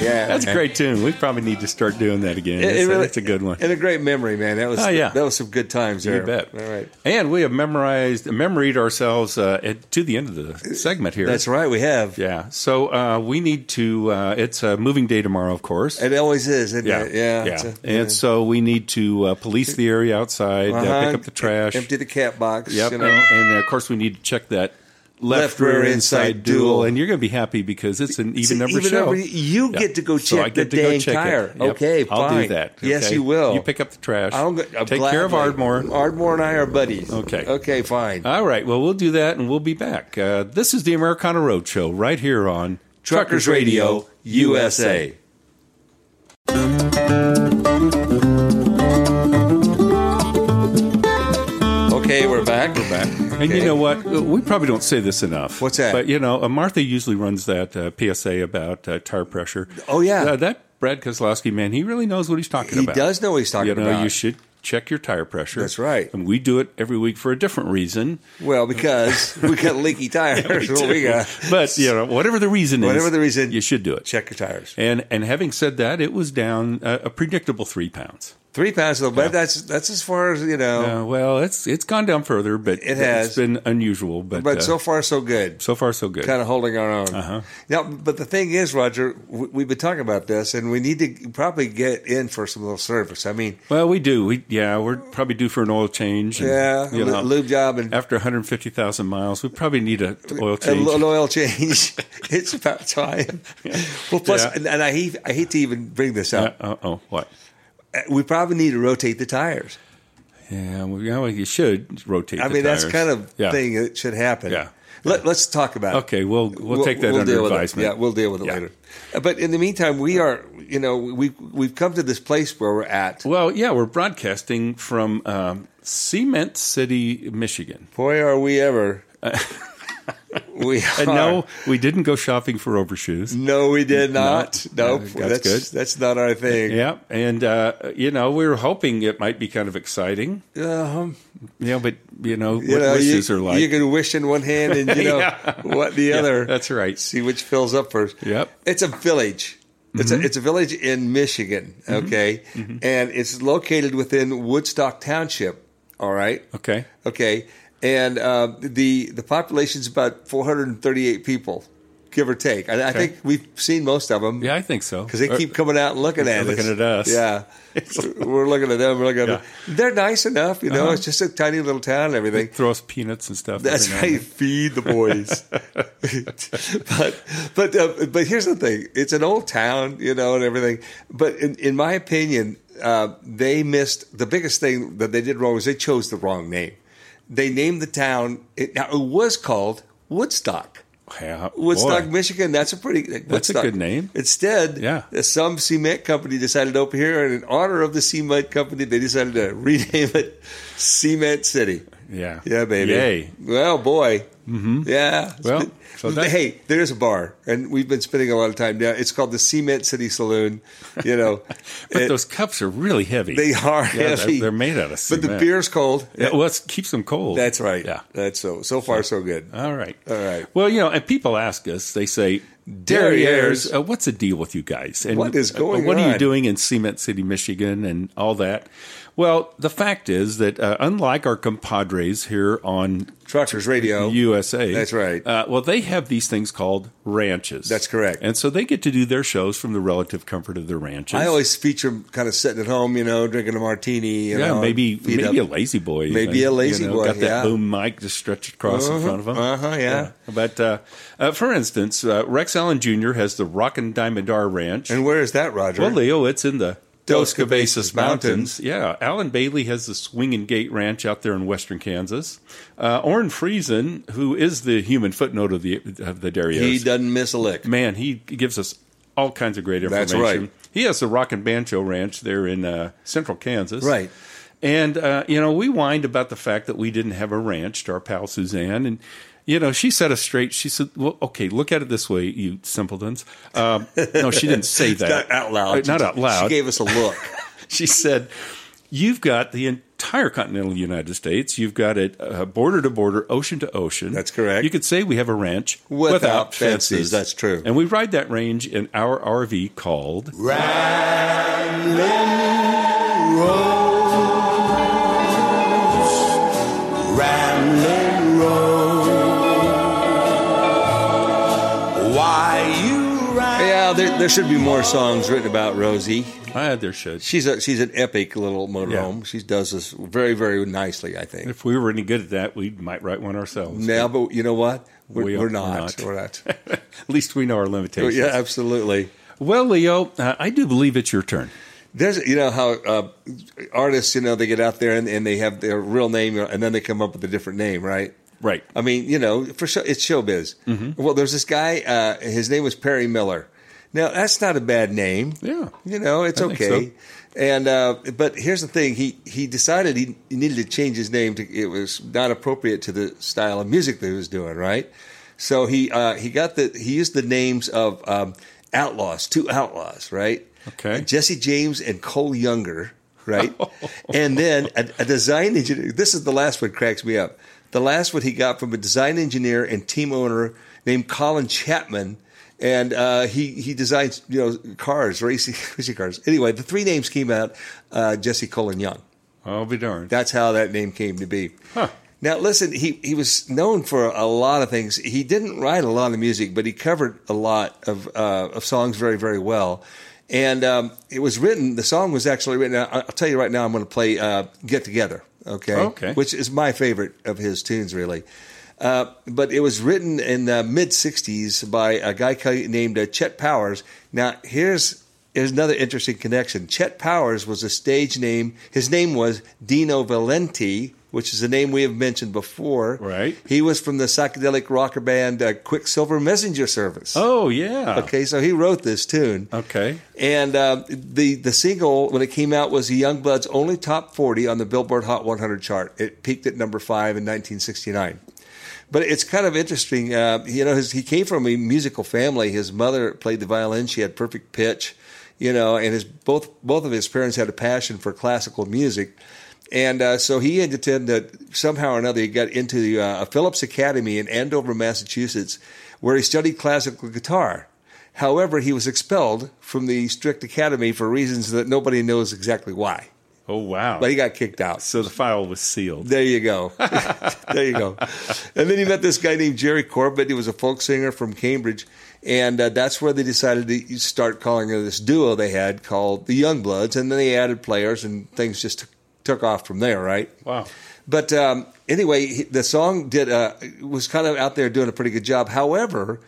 Speaker 6: yeah,
Speaker 5: That's a
Speaker 6: man.
Speaker 5: great tune. We probably need to start doing that again.
Speaker 6: It-
Speaker 5: It's
Speaker 6: it really-
Speaker 5: that's a good one.
Speaker 6: and a great memory, man. That was
Speaker 5: Oh, yeah.
Speaker 6: that was some good times there.
Speaker 5: You bet.
Speaker 6: All right,
Speaker 5: And we have memorized, memoried ourselves uh, at, to the end of the segment here.
Speaker 6: that's right. We have.
Speaker 5: Yeah. So uh, we need to. Uh, it's a moving day tomorrow, of course.
Speaker 6: It always is. Isn't
Speaker 5: yeah,
Speaker 6: It? yeah, it's a-
Speaker 5: and so we need to uh, police the area outside, uh
Speaker 6: Uh-huh.
Speaker 5: pick up the trash.
Speaker 6: empty the cat box.
Speaker 5: Yep.
Speaker 6: You know.
Speaker 5: and, and, uh, of course, we need to check that left,
Speaker 6: Left
Speaker 5: rear
Speaker 6: rear
Speaker 5: inside,
Speaker 6: inside
Speaker 5: duel.
Speaker 6: duel.
Speaker 5: And you're going to be happy because it's an even
Speaker 6: See,
Speaker 5: number show.
Speaker 6: you
Speaker 5: Yeah.
Speaker 6: get to go check
Speaker 5: So I get
Speaker 6: the
Speaker 5: to go
Speaker 6: dang
Speaker 5: check it.
Speaker 6: tire.
Speaker 5: Yep.
Speaker 6: Okay,
Speaker 5: I'll
Speaker 6: fine.
Speaker 5: do that.
Speaker 6: Yes,
Speaker 5: okay?
Speaker 6: you will.
Speaker 5: You pick up the trash.
Speaker 6: I'll go, I'm
Speaker 5: Take
Speaker 6: glad-
Speaker 5: care of Ardmore.
Speaker 6: Ardmore and I are buddies.
Speaker 5: Okay. Uh,
Speaker 6: Okay, fine.
Speaker 5: All right. Well, we'll do that, and we'll be back. Uh, this is the Americana Road Show right here on
Speaker 6: Truckers Radio USA. Okay, we're back. We're back.
Speaker 5: And you know what? We probably don't say this enough.
Speaker 6: What's that?
Speaker 5: But you know, uh, Martha usually runs that uh, PSA about uh, tire pressure.
Speaker 6: Oh, yeah.
Speaker 5: Uh, that Brad Kozlowski man, he really knows what he's talking
Speaker 6: He
Speaker 5: about.
Speaker 6: does know what he's talking
Speaker 5: You know,
Speaker 6: about.
Speaker 5: you should check your tire pressure.
Speaker 6: That's right.
Speaker 5: And we do it every week for a different
Speaker 6: [LAUGHS]
Speaker 5: reason.
Speaker 6: Well,
Speaker 5: [LAUGHS]
Speaker 6: because we got leaky tires. Well, we got-
Speaker 5: But you know, whatever the reason is,
Speaker 6: Whatever the reason,
Speaker 5: you should do it.
Speaker 6: check your tires.
Speaker 5: And and having said that, it was down uh, a predictable three pounds.
Speaker 6: Three pounds of the but that's that's as far as you know.
Speaker 5: Uh, well, it's it's gone down further, but
Speaker 6: Oh. It has.
Speaker 5: it's been unusual. But
Speaker 6: But
Speaker 5: uh,
Speaker 6: so far, so good.
Speaker 5: so far so good.
Speaker 6: Kind of holding our own.
Speaker 5: Uh-huh.
Speaker 6: Now, but the thing is, Roger, we, we've been talking about this, and we need to probably get in for some little service. I mean,
Speaker 5: Well, we do. We yeah, we're probably due for an oil change. and,
Speaker 6: yeah,
Speaker 5: you
Speaker 6: lu-
Speaker 5: know,
Speaker 6: lube job and
Speaker 5: after 150,000 miles, we probably need a t- oil
Speaker 6: a
Speaker 5: change.
Speaker 6: little oil change. [LAUGHS] it's about time. Well, plus,
Speaker 5: Yeah.
Speaker 6: and, and I hate I hate to even bring this
Speaker 5: Uh,
Speaker 6: up.
Speaker 5: uh, oh, what?
Speaker 6: Uh, We probably need to rotate the tires.
Speaker 5: Yeah, well, you, know, you should rotate.
Speaker 6: I
Speaker 5: the
Speaker 6: mean, that's
Speaker 5: tires.
Speaker 6: kind of
Speaker 5: yeah.
Speaker 6: thing that should happen.
Speaker 5: Yeah.
Speaker 6: Let, let's talk about it.
Speaker 5: Okay, we'll we'll, take that under
Speaker 6: deal with it.
Speaker 5: advisement.
Speaker 6: Yeah, we'll deal with it
Speaker 5: Yeah.
Speaker 6: later. Uh, But in the meantime, we are, you know, we we've come to this place where we're at.
Speaker 5: Well, yeah, we're broadcasting from um, Cement City, Michigan.
Speaker 6: Boy, are we
Speaker 5: [LAUGHS]
Speaker 6: ever. we are.
Speaker 5: And no, we didn't go shopping for overshoes.
Speaker 6: No, we did not.
Speaker 5: No,
Speaker 6: nope.
Speaker 5: that's
Speaker 6: That's
Speaker 5: good.
Speaker 6: That's not our thing.
Speaker 5: Yeah, and uh, you know we were hoping it might be kind of exciting.
Speaker 6: Um,
Speaker 5: Yeah, but you know
Speaker 6: you
Speaker 5: what
Speaker 6: know,
Speaker 5: wishes
Speaker 6: you,
Speaker 5: are like.
Speaker 6: you can wish in one hand and
Speaker 5: [LAUGHS]
Speaker 6: you know
Speaker 5: Yeah.
Speaker 6: what the
Speaker 5: Yeah,
Speaker 6: other.
Speaker 5: that's right.
Speaker 6: See which fills up first.
Speaker 5: Yep. Mm-hmm.
Speaker 6: It's a village. It's a it's a village in Michigan. Okay, and it's located within Woodstock Township. All right.
Speaker 5: okay.
Speaker 6: Okay, and uh, the the population's about 438 people, give or take. I, I
Speaker 5: Okay.
Speaker 6: think we've seen most of them.
Speaker 5: Yeah, I think so.
Speaker 6: Because they keep coming out and looking at
Speaker 5: Uh, They're
Speaker 6: us.
Speaker 5: looking at us. [LAUGHS]
Speaker 6: Yeah. [LAUGHS] we're looking at them. We're looking at them. They're nice enough, you know.
Speaker 5: Uh-huh.
Speaker 6: It's just a tiny little town and everything.
Speaker 5: throw us peanuts and stuff.
Speaker 6: That's
Speaker 5: every now
Speaker 6: right.
Speaker 5: and
Speaker 6: Feed the
Speaker 5: [LAUGHS]
Speaker 6: boys. [LAUGHS] but but uh, but here's the thing. It's an old town, you know, and everything. But in, in my opinion, uh, they missed the biggest thing that they did wrong was they chose the wrong name. They named the town. It, now it was called Woodstock.
Speaker 5: then. Yeah,
Speaker 6: Woodstock,
Speaker 5: boy.
Speaker 6: Michigan. That's a pretty.
Speaker 5: That's a
Speaker 6: Woodstock.
Speaker 5: good name.
Speaker 6: Instead,
Speaker 5: Yeah.
Speaker 6: some cement company decided over here, and in honor of the cement company, they decided to [LAUGHS] rename it Cement City.
Speaker 5: Yeah.
Speaker 6: Yeah, baby.
Speaker 5: Yay.
Speaker 6: Well, boy. Mm-hmm. Yeah.
Speaker 5: Well,
Speaker 6: [LAUGHS]
Speaker 5: so that-
Speaker 6: hey, there's a bar, and we've been spending a lot of time down. It's called the Cement City Saloon. You
Speaker 5: [LAUGHS]
Speaker 6: know,
Speaker 5: But
Speaker 6: It-
Speaker 5: those cups are really heavy.
Speaker 6: they are
Speaker 5: [LAUGHS] Yeah, they're-
Speaker 6: heavy.
Speaker 5: They're, made out
Speaker 6: but
Speaker 5: of cement.
Speaker 6: the beer's cold.
Speaker 5: Yeah, well, it keeps them cold.
Speaker 6: That's right.
Speaker 5: Yeah.
Speaker 6: That's so. So far, so good.
Speaker 5: All right.
Speaker 6: All right.
Speaker 5: Well, you know, and people ask us, they say,
Speaker 6: Derrieres.
Speaker 5: Derrieres, uh, what's the deal with you guys? And
Speaker 6: What is
Speaker 5: uh,
Speaker 6: going
Speaker 5: What are you
Speaker 6: on?"
Speaker 5: doing in Cement City, Michigan, and all that? Well, the fact is that uh, unlike our compadres here on
Speaker 6: Truckers Radio.
Speaker 5: USA.
Speaker 6: That's right.
Speaker 5: Uh, well, they have these things called ranches.
Speaker 6: That's correct.
Speaker 5: And so they get to do their shows from the relative comfort of their ranches.
Speaker 6: I always feature kind of sitting at home, you know, drinking a martini. You
Speaker 5: yeah,
Speaker 6: know,
Speaker 5: maybe
Speaker 6: feet
Speaker 5: maybe a
Speaker 6: up.
Speaker 5: lazy boy,
Speaker 6: Maybe
Speaker 5: even,
Speaker 6: a lazy
Speaker 5: you know,
Speaker 6: boy,
Speaker 5: Got that
Speaker 6: yeah.
Speaker 5: boom mic just stretched across in
Speaker 6: Uh-huh,
Speaker 5: front of him.
Speaker 6: uh-huh, yeah.
Speaker 5: But uh, uh, for instance, uh, Rex Allen Jr. has the Rockin' Diamondar Ranch.
Speaker 6: And where is that, Roger?
Speaker 5: well, Leo, it's in the
Speaker 6: Dos Cabezas Mountains.
Speaker 5: Yeah, Alan Bailey has the Swingin' Gate Ranch out there in western Kansas. Uh, Orrin Friesen, who is the human footnote of the of the Darius,
Speaker 6: he doesn't miss a lick.
Speaker 5: man, he gives us all kinds of great information.
Speaker 6: That's right.
Speaker 5: He has the Rock and Banjo Ranch there in uh, central Kansas.
Speaker 6: Right.
Speaker 5: And, uh, you know, we whined about the fact that we didn't have a ranch to our pal Suzanne. And, you know, she set us straight. She said, well, okay, look at it this way, you simpletons.
Speaker 6: [LAUGHS]
Speaker 5: Um, no, she didn't say that.
Speaker 6: Not out loud.
Speaker 5: Uh, Not out loud.
Speaker 6: She gave us a look.
Speaker 5: She said, you've got the entire continental United States. You've got it uh, border to border, ocean to ocean.
Speaker 6: That's correct.
Speaker 5: You could say we have a ranch
Speaker 6: Without fences, that's true.
Speaker 5: And we ride that range in our RV called
Speaker 8: Ramblin' Rose. Why you
Speaker 6: [LAUGHS] Yeah, there, there should be more songs written about Rosie.
Speaker 5: I had their shit.
Speaker 6: She's a, she's an epic little motorhome.
Speaker 5: Yeah.
Speaker 6: She does this very very nicely, I think.
Speaker 5: If we were any good at that, we might write one ourselves.
Speaker 6: Now, but you know what? We're,
Speaker 5: We
Speaker 6: we
Speaker 5: are-
Speaker 6: are not.
Speaker 5: we're
Speaker 6: We're [LAUGHS] not.
Speaker 5: At least we know our limitations.
Speaker 6: yeah, absolutely.
Speaker 5: Well, Leo, uh, I do believe it's your turn.
Speaker 6: There's, you know how uh, artists, you know, they get out there and, and they have their real name, and then they come up with a different name, right?
Speaker 5: Right.
Speaker 6: I mean, you know, for show, it's showbiz.
Speaker 5: Mm-hmm.
Speaker 6: Well, there's this guy. Uh, his name was Perry Miller. Now that's not a bad name.
Speaker 5: Yeah.
Speaker 6: you know, it's
Speaker 5: I think
Speaker 6: okay. And uh, but here's the thing: he he decided he needed to change his name. To, it was not appropriate to the style of music that he was doing. Right. So he uh, he got the he used the names of um, outlaws, two outlaws, right?
Speaker 5: Okay.
Speaker 6: Jesse James and Cole Younger, right? and then a, a design engineer. This is the last one cracks me up. The last one he got from a design engineer and team owner named Colin Chapman, and uh, he he designs you know cars, racing [LAUGHS] racing cars. Anyway, the three names came out: uh, Jesse Cole and Young.
Speaker 5: I'll be darned.
Speaker 6: That's how that name came to be.
Speaker 5: Huh.
Speaker 6: Now, listen, he, he was known for a lot of things. He didn't write a lot of music, but he covered a lot of, uh, of songs very, very well. And um, it was written, the song was actually written. I- I'll tell you right now, I'm going to play uh, Get Together, okay?
Speaker 5: Okay.
Speaker 6: Which is my favorite of his tunes, really. Uh, but it was written in the mid 60s by a guy ca- named uh, Chet Powers. Now, here's, here's another interesting connection. Chet Powers was a stage name. His name was Dino Valenti, which is a name we have mentioned before.
Speaker 5: Right.
Speaker 6: He was from the psychedelic rocker band uh, Quicksilver Messenger Service.
Speaker 5: Oh, yeah.
Speaker 6: Okay, so he wrote this tune.
Speaker 5: Okay.
Speaker 6: And uh, the the single when it came out was the Youngbloods' only top forty on the Billboard Hot 100 chart. It peaked at number five in 1969. But it's kind of interesting. Uh, you know, his, he came from a musical family. His mother played the violin. She had perfect pitch. You know, and his both both of his parents had a passion for classical music. And uh, so he had to tend to somehow or another he got into the, uh, a Phillips Academy in Andover, Massachusetts, where he studied classical guitar. However, he was expelled from the strict academy for reasons that nobody knows exactly why.
Speaker 5: Oh, wow.
Speaker 6: But he got kicked out.
Speaker 5: so the file was sealed.
Speaker 6: There you go. there you go. And then he met this guy named Jerry Corbett. He was a folk singer from Cambridge. And uh, that's where they decided to start calling it this duo they had called the Youngbloods. And then they added players, and things just t- took off from there, right?
Speaker 5: Wow.
Speaker 6: But um, anyway, he- the song did uh, was kind of out there doing a pretty good job. However,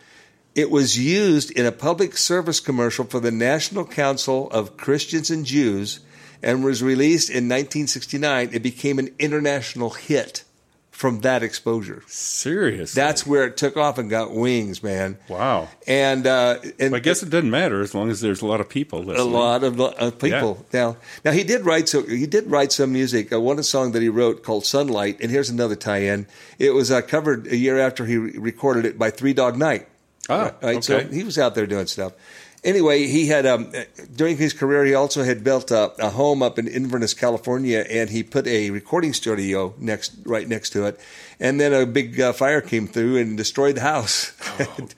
Speaker 6: it was used in a public service commercial for the National Council of Christians and Jews, and was released in 1969. It became an international hit from that exposure.
Speaker 5: Serious.
Speaker 6: That's where it took off and got wings, man.
Speaker 5: wow.
Speaker 6: And uh, and
Speaker 5: I guess it doesn't matter as long as there's a lot of
Speaker 6: a
Speaker 5: people listening.
Speaker 6: lot of, of people now. Now he did write so he did write some music. Uh, one song that he wrote called "Sunlight," and here's another tie-in. It was uh, covered a year after he re- recorded it by Three Dog Night.
Speaker 5: Ah,
Speaker 6: right. So
Speaker 5: okay.
Speaker 6: he was out there doing stuff. Anyway, he had um, during his career he also had built up a home up in Inverness, California, and he put a recording studio next right next to it. And then a big uh, fire came through and destroyed the house. [LAUGHS]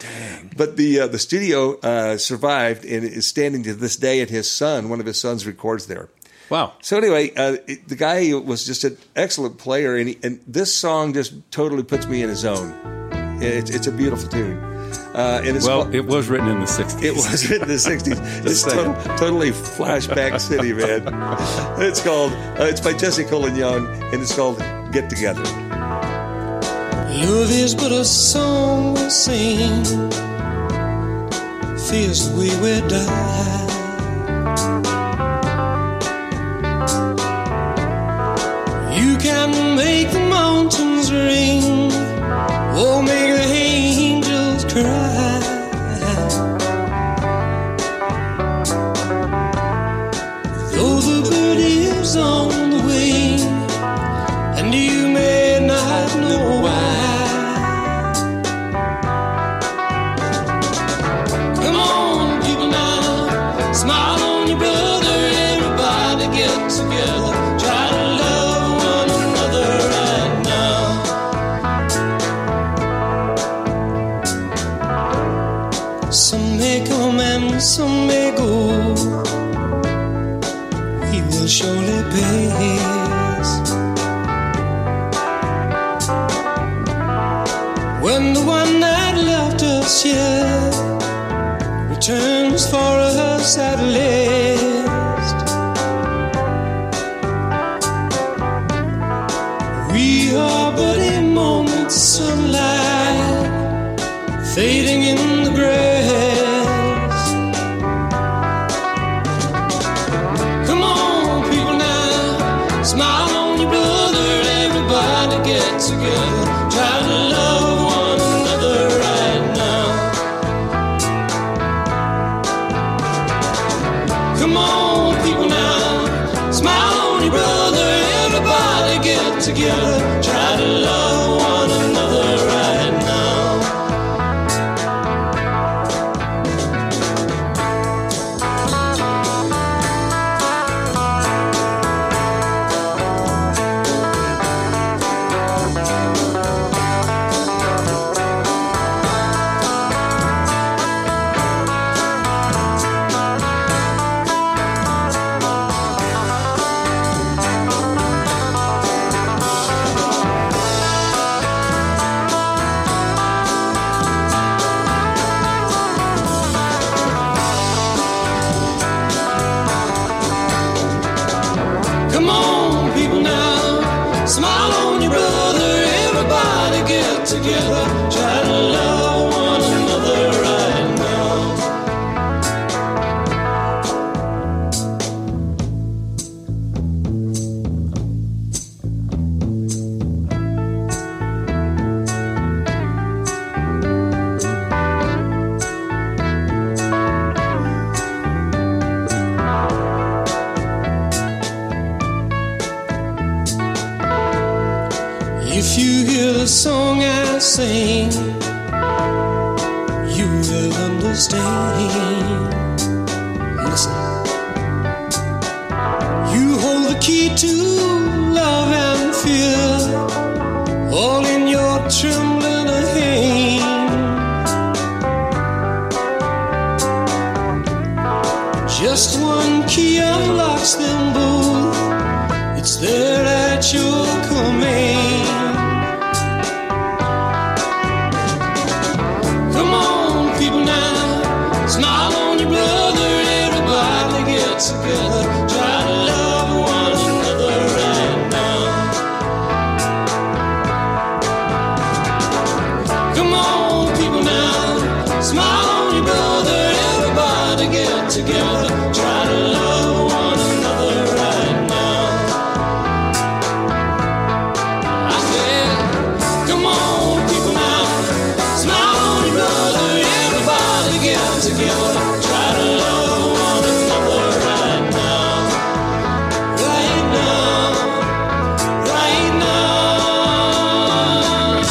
Speaker 6: But the uh, the studio uh, survived and is standing to this day. And his son, one of his sons, records there.
Speaker 5: Wow.
Speaker 6: So anyway, uh, it- the guy was just an excellent player, and, he, and this song just totally puts me in his zone. It's, it's a beautiful tune, uh, and it's
Speaker 5: Well, it was written in the
Speaker 6: [LAUGHS]
Speaker 5: 60s.
Speaker 6: it was in the 60s. It's
Speaker 5: saying.
Speaker 6: tot- totally flashback city,
Speaker 5: [LAUGHS]
Speaker 6: man. It's called, uh, it's by Jesse Colin Young, and it's called Get Together.
Speaker 8: Love is but a song we sing. Fears we will die. You can make the mountains ring, or make the angels cry. Though the bird is on the wing, and you may not know why. Come on, people now, smile on your brother, everybody get together. owe. He will surely pay his. When the one that left us here returns for us at last, we are but a moment's sunlight fading in the grass. Come on, people now, smile on your brother. Everybody get together, try to love one another right now. Come on, people now, smile on your brother. Everybody get together, try to love one another right now. Come on, people now, smile on your brother. Everybody get together, try to love one another right now. If you hear the song I sing, you will understand. Listen, you hold the key to love and fear, all in your trembling hand. Just one key unlocks them both. It's there at your command. Come on, people now, smile on your brother. Everybody get together, try to love one another right now. Come on, people now, smile on your brother. Everybody get together, try to love one another right now. I said, come on, people now, smile on your brother, everybody get together, try to love one another right now, right now, right now.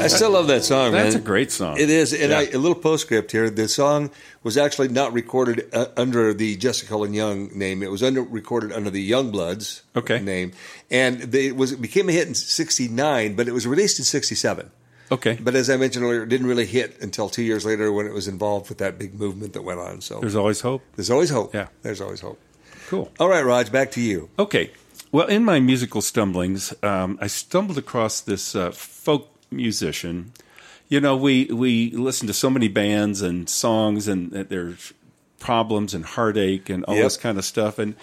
Speaker 6: I still love that song.
Speaker 5: [LAUGHS] That's
Speaker 6: man.
Speaker 5: a great song.
Speaker 6: It is, and
Speaker 5: Yeah.
Speaker 6: I, a little postscript here. The song was actually not recorded uh, under the Jessica Cullen Young name. It was under recorded under the Youngbloods
Speaker 5: Okay.
Speaker 6: name, and they, it was it became a hit in '69, but it was released in '67.
Speaker 5: Okay.
Speaker 6: But as I mentioned earlier, it didn't really hit until two years later when it was involved with that big movement that went on. So
Speaker 5: There's
Speaker 6: there's,
Speaker 5: always hope.
Speaker 6: always hope.
Speaker 5: Yeah.
Speaker 6: there's always hope.
Speaker 5: Cool.
Speaker 6: All right, Raj, back to you.
Speaker 5: Okay. Well, in my musical stumblings, um, I stumbled across this uh, folk musician. You know, we we listen to so many bands and songs and that there's problems and heartache and all
Speaker 6: Yep.
Speaker 5: this kind of stuff. And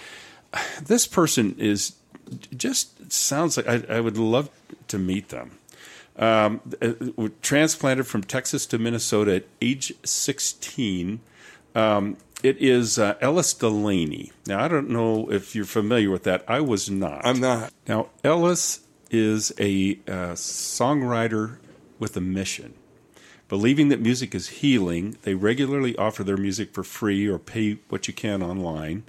Speaker 5: this person is just sounds like I, I would love to meet them. Um, uh, were transplanted from Texas to Minnesota at age 16. Um, it is uh, Ellis Delaney. Now, I don't know if you're familiar with that. I was not.
Speaker 6: I'm not.
Speaker 5: Now, Ellis is a uh, songwriter with a mission. Believing that music is healing, they regularly offer their music for free or pay what you can online.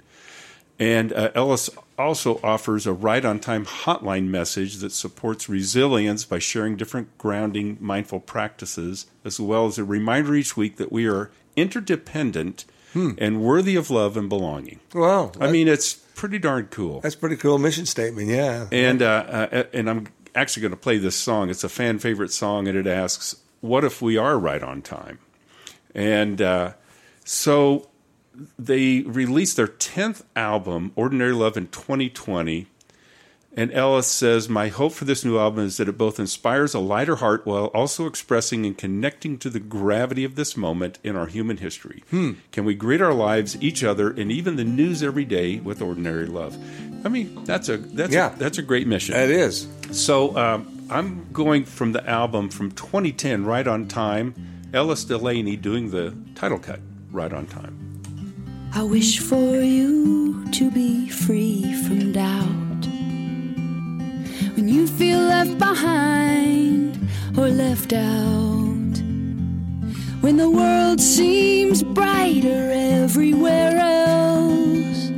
Speaker 5: And uh, Ellis also offers a right on time hotline message that supports resilience by sharing different grounding mindful practices, as well as a reminder each week that we are interdependent and worthy of love and belonging.
Speaker 6: Wow,
Speaker 5: I mean, it's pretty darn cool.
Speaker 6: that's a pretty cool mission statement. Yeah,
Speaker 5: And uh, uh, and I'm actually going to play this song. It's a fan favorite song, and it asks, "What if we are right on time?" And uh, So they released their 10th album, Ordinary Love, in 2020. And Ellis says, My hope for this new album is that it both inspires a lighter heart while also expressing and connecting to the gravity of this moment in our human history.
Speaker 6: Hmm.
Speaker 5: Can we greet our lives, each other, and even the news every day with ordinary love? I mean, that's a that's
Speaker 6: Yeah.
Speaker 5: a, that's a great mission.
Speaker 6: That is.
Speaker 5: So um, I'm going from the album from 2010, right on time. Ellis Delaney doing the title cut, right on time.
Speaker 11: I wish for you to be free from doubt. When you feel left behind or left out. When the world seems brighter everywhere else.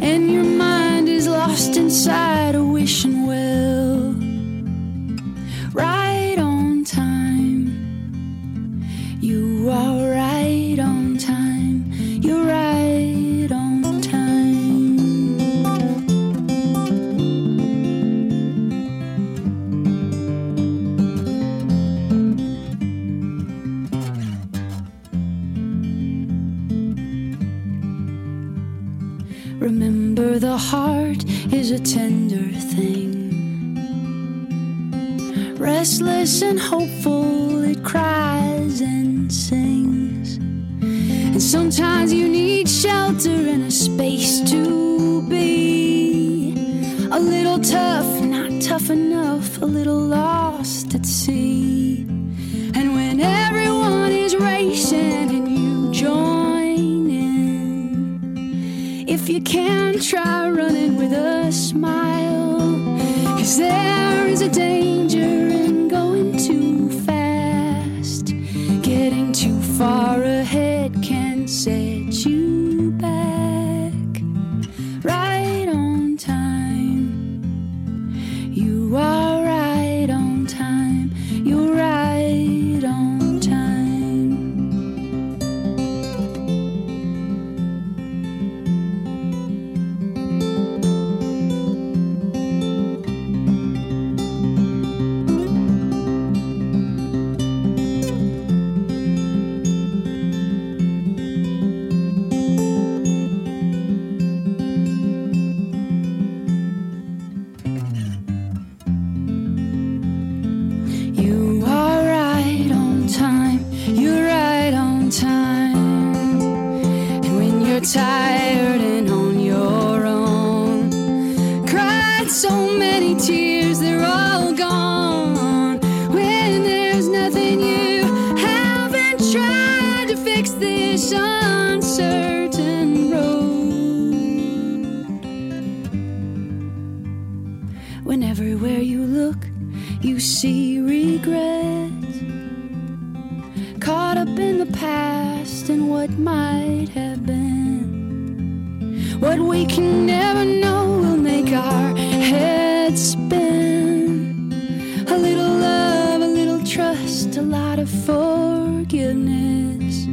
Speaker 11: And your mind is lost inside a wishing well. Right on time. You are right on time. You're right on time. Remember, the heart is a tender thing. Restless and hopeful, it cries and sings. And sometimes you need shelter and a space to be. A little tough, not tough enough, a little lost at sea. And when everyone is racing and you join in, if you can try running with a smile, cause there is a danger in going too fast. Getting too far ahead can set you back. Right on time. You are right on time. You're right on time. You are right on time. You're right on time. And when you're tired and on your own, cried so many tears, they're all gone. When there's nothing you haven't tried to fix this uncertain road. When everywhere you look, you see regret. Caught up in the past and what might have been. What we can never know will make our heads spin. A little love, a little trust, a lot of forgiveness.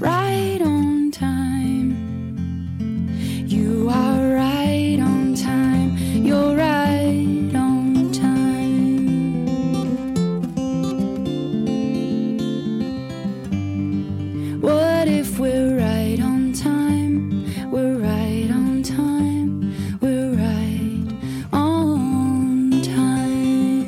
Speaker 11: Right on time. You are right on time. You're right on time. What if we're right on time? We're right on time. We're right on time.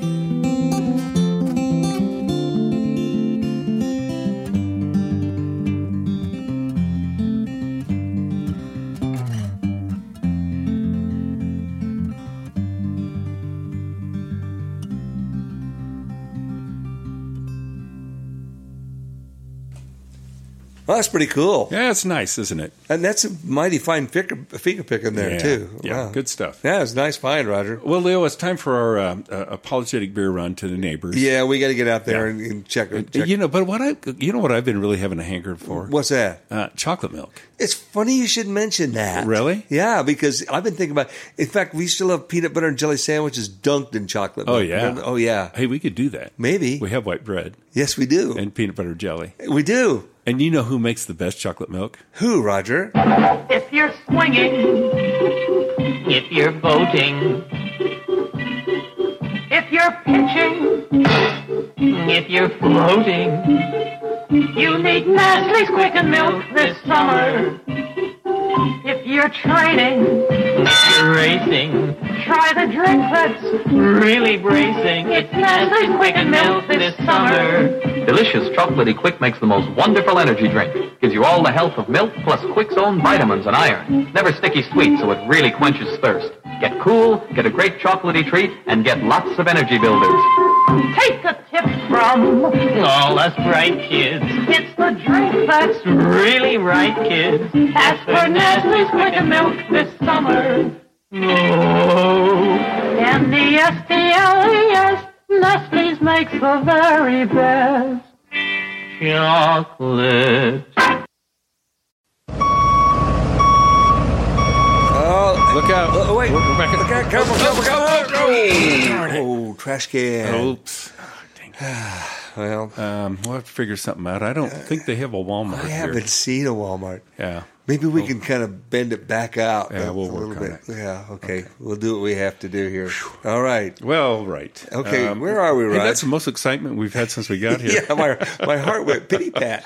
Speaker 6: Well, that's pretty cool.
Speaker 5: Yeah, it's nice, isn't it?
Speaker 6: And that's a mighty fine finger, finger pick in there,
Speaker 5: yeah.
Speaker 6: too.
Speaker 5: Yeah,
Speaker 6: Wow.
Speaker 5: good stuff.
Speaker 6: Yeah, it's a nice find, Roger.
Speaker 5: Well, Leo, it's time for our uh, uh, apologetic beer run to the neighbors.
Speaker 6: Yeah, we got to get out there
Speaker 5: Yeah.
Speaker 6: and, and check. check.
Speaker 5: You know, but what I you know what I've been really having a hankering for
Speaker 6: What's that?
Speaker 5: uh, chocolate milk.
Speaker 6: It's funny you should mention that.
Speaker 5: Really?
Speaker 6: Yeah, because I've been thinking about. In fact, we still have peanut butter and jelly sandwiches dunked in chocolate.
Speaker 5: Oh
Speaker 6: milk.
Speaker 5: yeah.
Speaker 6: Remember? Oh yeah.
Speaker 5: Hey, we could do that.
Speaker 6: Maybe.
Speaker 5: we have white bread
Speaker 6: yes, we do.
Speaker 5: and peanut butter jelly.
Speaker 6: we do.
Speaker 5: And you know who makes the best chocolate milk?
Speaker 6: Who, Roger?
Speaker 12: If you're swinging, if you're boating, if you're pitching, if you're floating, You need Nestle's Quicken Milk this summer. If you're training, if you're racing, try the drink that's really bracing. It's Nestle's Quicken Milk this summer.
Speaker 13: Delicious chocolatey quick makes the most wonderful energy drink. Gives you all the health of milk plus quick's own vitamins and iron. Never sticky sweet, so it really quenches thirst. Get cool, get a great chocolatey treat, and get lots of energy builders.
Speaker 12: Take a tip from
Speaker 13: All us bright
Speaker 12: kids. It's the drink that's really right, kids. Ask for Nestle's Quicken Milk this summer.
Speaker 8: Oh.
Speaker 12: And the S-T-L-E-S, E Nestle's makes the very best.
Speaker 13: chocolate.
Speaker 6: Oh,
Speaker 5: look out!
Speaker 6: Oh, wait,
Speaker 5: we're back. Look
Speaker 6: out! Careful! Careful! Careful!
Speaker 5: Darn
Speaker 6: Oh, trash can.
Speaker 5: Oops.
Speaker 6: well,
Speaker 5: um, we'll have to figure something out. I don't think they have a Walmart.
Speaker 6: I
Speaker 5: here.
Speaker 6: haven't seen a Walmart.
Speaker 5: Yeah.
Speaker 6: Maybe we can kind of bend it back out
Speaker 5: Oh. Yeah,
Speaker 6: a,
Speaker 5: we'll
Speaker 6: a
Speaker 5: work
Speaker 6: little
Speaker 5: on
Speaker 6: bit. Yeah, okay. We'll do what we have to do here. All right.
Speaker 5: Well, right.
Speaker 6: Okay, where are we,
Speaker 5: Um, hey,
Speaker 6: Rod?
Speaker 5: That's the most excitement we've had since
Speaker 6: [LAUGHS]
Speaker 5: we got here.
Speaker 6: yeah, my, my heart went pitty
Speaker 5: [LAUGHS]
Speaker 6: pat.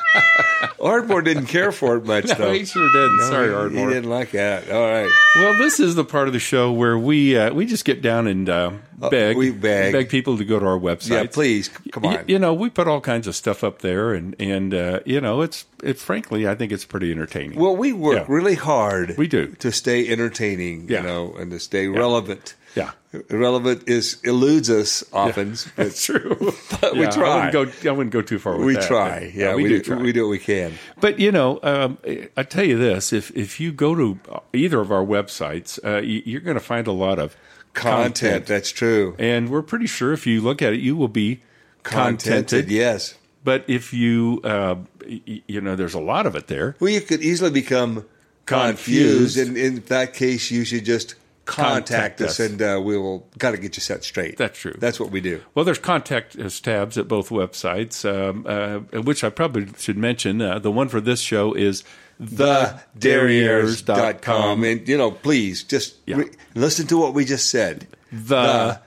Speaker 6: Ardmore didn't care for it much,
Speaker 5: No,
Speaker 6: though.
Speaker 5: he sure didn't. Sorry,
Speaker 6: he-
Speaker 5: Ardmore.
Speaker 6: He didn't like that. All right.
Speaker 5: Well, this is the part of the show where we uh, we just get down and uh, beg,
Speaker 6: we beg.
Speaker 5: people to go to our website.
Speaker 6: Yeah, please, c- come
Speaker 5: Y-
Speaker 6: on.
Speaker 5: you know, we put all kinds of stuff up there, and and uh, you know, it's it. Frankly, I think it's pretty entertaining.
Speaker 6: Well, we work
Speaker 5: Yeah.
Speaker 6: really hard.
Speaker 5: We do.
Speaker 6: to stay entertaining,
Speaker 5: Yeah.
Speaker 6: you know, and to stay relevant.
Speaker 5: yeah,
Speaker 6: Relevant is eludes us often. but
Speaker 5: [LAUGHS] that's true.
Speaker 6: But we
Speaker 5: [LAUGHS] Yeah,
Speaker 6: try.
Speaker 5: I wouldn't go. I wouldn't go too far. With
Speaker 6: we
Speaker 5: that.
Speaker 6: try. Yeah,
Speaker 5: we, do. Try.
Speaker 6: We do what we can.
Speaker 5: But you know, um, I tell you this: if if you go to either of our websites, uh, y- you're going to find a lot of
Speaker 6: Content, That's true.
Speaker 5: and we're pretty sure if you look at it, you will be contented.
Speaker 6: Yes.
Speaker 5: But if you, uh, y- y- you know, there's a lot of it there.
Speaker 6: Well, you could easily become
Speaker 5: Confused.
Speaker 6: confused, and in that case, you should just contact,
Speaker 5: Contact
Speaker 6: us,
Speaker 5: us.
Speaker 6: and uh, we will got to get you set straight.
Speaker 5: That's true.
Speaker 6: That's what we do.
Speaker 5: Well, there's contact us tabs at both websites, um, uh, which I probably should mention. Uh, the one for this show is the
Speaker 6: Derriers.com. and you know, please just re- listen to what we just said.
Speaker 5: The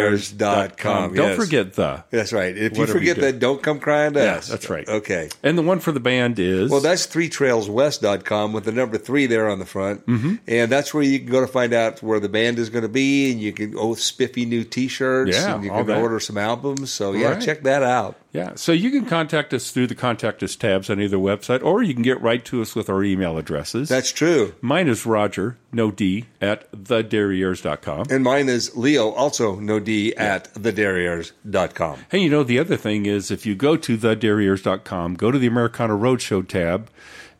Speaker 6: Derriers.com.
Speaker 5: Don't
Speaker 6: Yes.
Speaker 5: forget the.
Speaker 6: That's right. If you
Speaker 5: Whatever you
Speaker 6: forget
Speaker 5: do.
Speaker 6: that, don't come crying to
Speaker 5: Yeah,
Speaker 6: us.
Speaker 5: that's right.
Speaker 6: Okay.
Speaker 5: And the one for the band is
Speaker 6: Well, that's three trailswest.com with the number three there on the front. Mm-hmm. And that's where you can go to find out where the band is going to be. And you can, oh, spiffy new t shirts.
Speaker 5: Yeah,
Speaker 6: And you
Speaker 5: all
Speaker 6: can
Speaker 5: that.
Speaker 6: order some albums. So, yeah,
Speaker 5: Right.
Speaker 6: check that out.
Speaker 5: Yeah, so you can contact us through the contact us tabs on either website, or you can get right to us with our email addresses.
Speaker 6: That's true.
Speaker 5: Mine is Roger, no D, at thederriers.com.
Speaker 6: And mine is Leo, also no D, at thederriers.com.
Speaker 5: Hey, you know, the other thing is if you go to thederriers.com, go to the Americana Roadshow tab,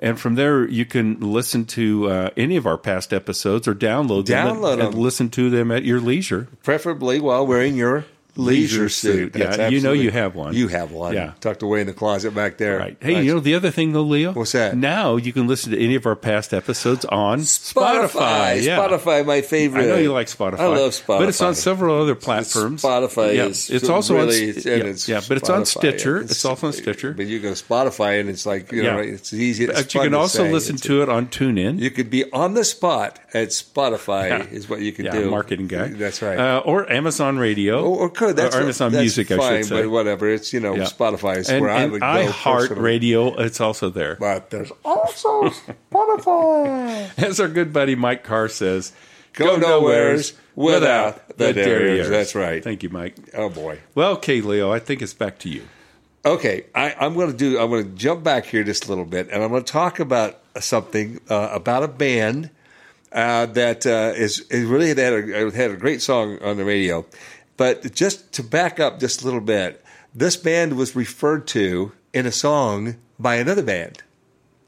Speaker 5: and from there you can listen to uh, any of our past episodes or download, them,
Speaker 6: Download
Speaker 5: and, and
Speaker 6: them.
Speaker 5: listen to them at your leisure.
Speaker 6: Preferably while wearing your leisure,
Speaker 5: Leisure
Speaker 6: suit.
Speaker 5: suit.
Speaker 6: That's
Speaker 5: Yeah, you know
Speaker 6: absolutely-
Speaker 5: you have one.
Speaker 6: You have one.
Speaker 5: Yeah.
Speaker 6: Tucked away in the closet back there.
Speaker 5: Right. Hey, you know the other thing though, Leo?
Speaker 6: What's that?
Speaker 5: Now you can listen to any of our past episodes on
Speaker 6: Spotify. Spotify,
Speaker 5: Yeah.
Speaker 6: my favorite.
Speaker 5: I know you like Spotify.
Speaker 6: I love Spotify.
Speaker 5: but it's on several other platforms.
Speaker 6: Spotify
Speaker 5: Yeah,
Speaker 6: is
Speaker 5: it's also on
Speaker 6: really,
Speaker 5: Sti-
Speaker 6: and
Speaker 5: yeah,
Speaker 6: it's
Speaker 5: yeah, but it's on
Speaker 6: Spotify.
Speaker 5: Stitcher.
Speaker 6: It's-
Speaker 5: It's also on Stitcher.
Speaker 6: But you go to Spotify and it's like you know
Speaker 5: Yeah.
Speaker 6: it's easy. It's
Speaker 5: But uh, you
Speaker 6: fun
Speaker 5: can
Speaker 6: to
Speaker 5: also
Speaker 6: say.
Speaker 5: listen
Speaker 6: It's-
Speaker 5: to it on TuneIn.
Speaker 6: You could be on the spot at Spotify is what you can
Speaker 5: yeah,
Speaker 6: do.
Speaker 5: marketing guy.
Speaker 6: That's right.
Speaker 5: Uh, or Amazon Radio.
Speaker 6: Oh, or could that's
Speaker 5: or Amazon
Speaker 6: that's
Speaker 5: Music,
Speaker 6: Fine,
Speaker 5: I should say.
Speaker 6: but whatever. It's you know
Speaker 5: Yeah.
Speaker 6: Spotify is
Speaker 5: and,
Speaker 6: where I
Speaker 5: and
Speaker 6: would go.
Speaker 5: iHeart
Speaker 6: personally.
Speaker 5: Radio, it's also there.
Speaker 6: But there's
Speaker 5: [LAUGHS]
Speaker 4: Also, Spotify.
Speaker 5: As our good buddy Mike Carr says,
Speaker 6: Go nowheres without the
Speaker 5: derriers."
Speaker 6: derriers. That's right.
Speaker 5: Thank you, Mike.
Speaker 6: oh boy.
Speaker 5: Well, okay, Leo, I think it's back to you.
Speaker 6: Okay, I, I'm going to do. I'm going to jump back here just a little bit, and I'm going to talk about something uh, about a band uh, that uh, is, is really had a, had a great song on the radio. But just to back up just a little bit, this band was referred to in a song by another band.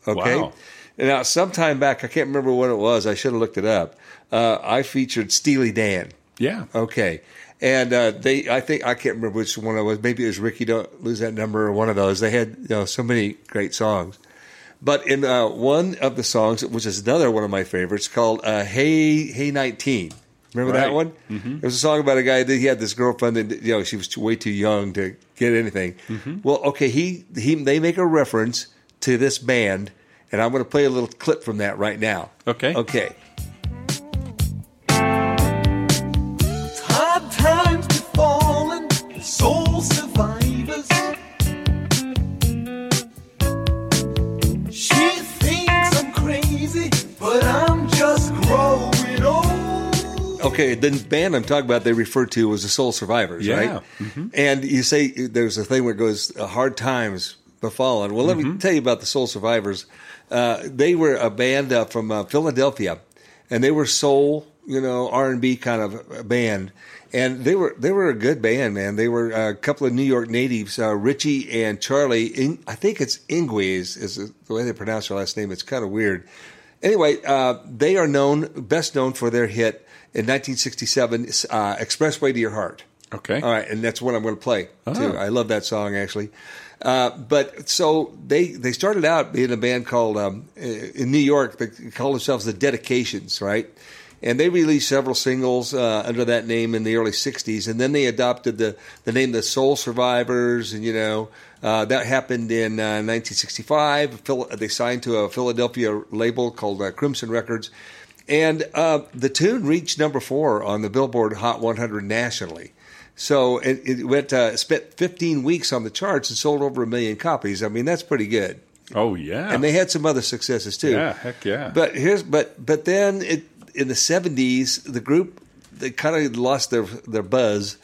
Speaker 6: Okay.
Speaker 5: Wow.
Speaker 6: Now, sometime back, I can't remember what it was. I should have looked it up. Uh, I featured Steely Dan.
Speaker 5: Yeah.
Speaker 6: Okay. And uh, they, I think I can't remember which one it was. Maybe it was Ricky. Don't lose that number or one of those. They had you know so many great songs. But in uh, one of the songs, which is another one of my favorites, called uh, "Hey Hey 19." Remember
Speaker 5: Right.
Speaker 6: that
Speaker 5: Mm-hmm.
Speaker 6: one? It was a song about a guy that he had this girlfriend that you know she was too, way too young to get anything.
Speaker 5: Mm-hmm.
Speaker 6: Well, okay, he he they make a reference to this band, and I'm going to play a little clip from that right now.
Speaker 5: Okay.
Speaker 6: Okay.
Speaker 8: Hard times befallen, the soul survivors.
Speaker 14: but I'm just growing old.
Speaker 6: Okay, the band I'm talking about, they refer to as the Soul Survivors,
Speaker 5: Yeah.
Speaker 6: right? Mm-hmm. And you say there's a thing where it goes uh, hard times befallen. Well, let me tell you about the Soul Survivors. Uh, they were a band uh, from uh, Philadelphia, and they were soul, you know, R and B kind of uh, band. And they were they were a good band, man. They were uh, a couple of New York natives, uh, Richie and Charlie. In, I think it's Ingwes is the way they pronounce their last name. It's kind of weird. Anyway, uh, they are known best known for their hit in 1967, uh, "Expressway to Your Heart."
Speaker 5: Okay.
Speaker 6: All right, and that's what I'm going to play too.
Speaker 5: Oh.
Speaker 6: I love that song actually. Uh, but so they they started out being a band called um, uh, in New York. They called themselves the Dedications, right? And they released several singles uh, under that name in the early '60s, and then they adopted the the name the Soul Survivors, and you know uh, that happened in uh, 1965. Phil- they signed to a Philadelphia label called uh, Crimson Records. And uh, the tune reached number four on the Billboard Hot 100 nationally. So it, it went uh, spent 15 weeks on the charts and sold over a million copies. I mean, that's pretty good.
Speaker 5: Oh yeah.
Speaker 6: And they had some other successes too.
Speaker 5: Yeah, heck yeah.
Speaker 6: But here's but but then it in the 70s the group they kind of lost their their buzz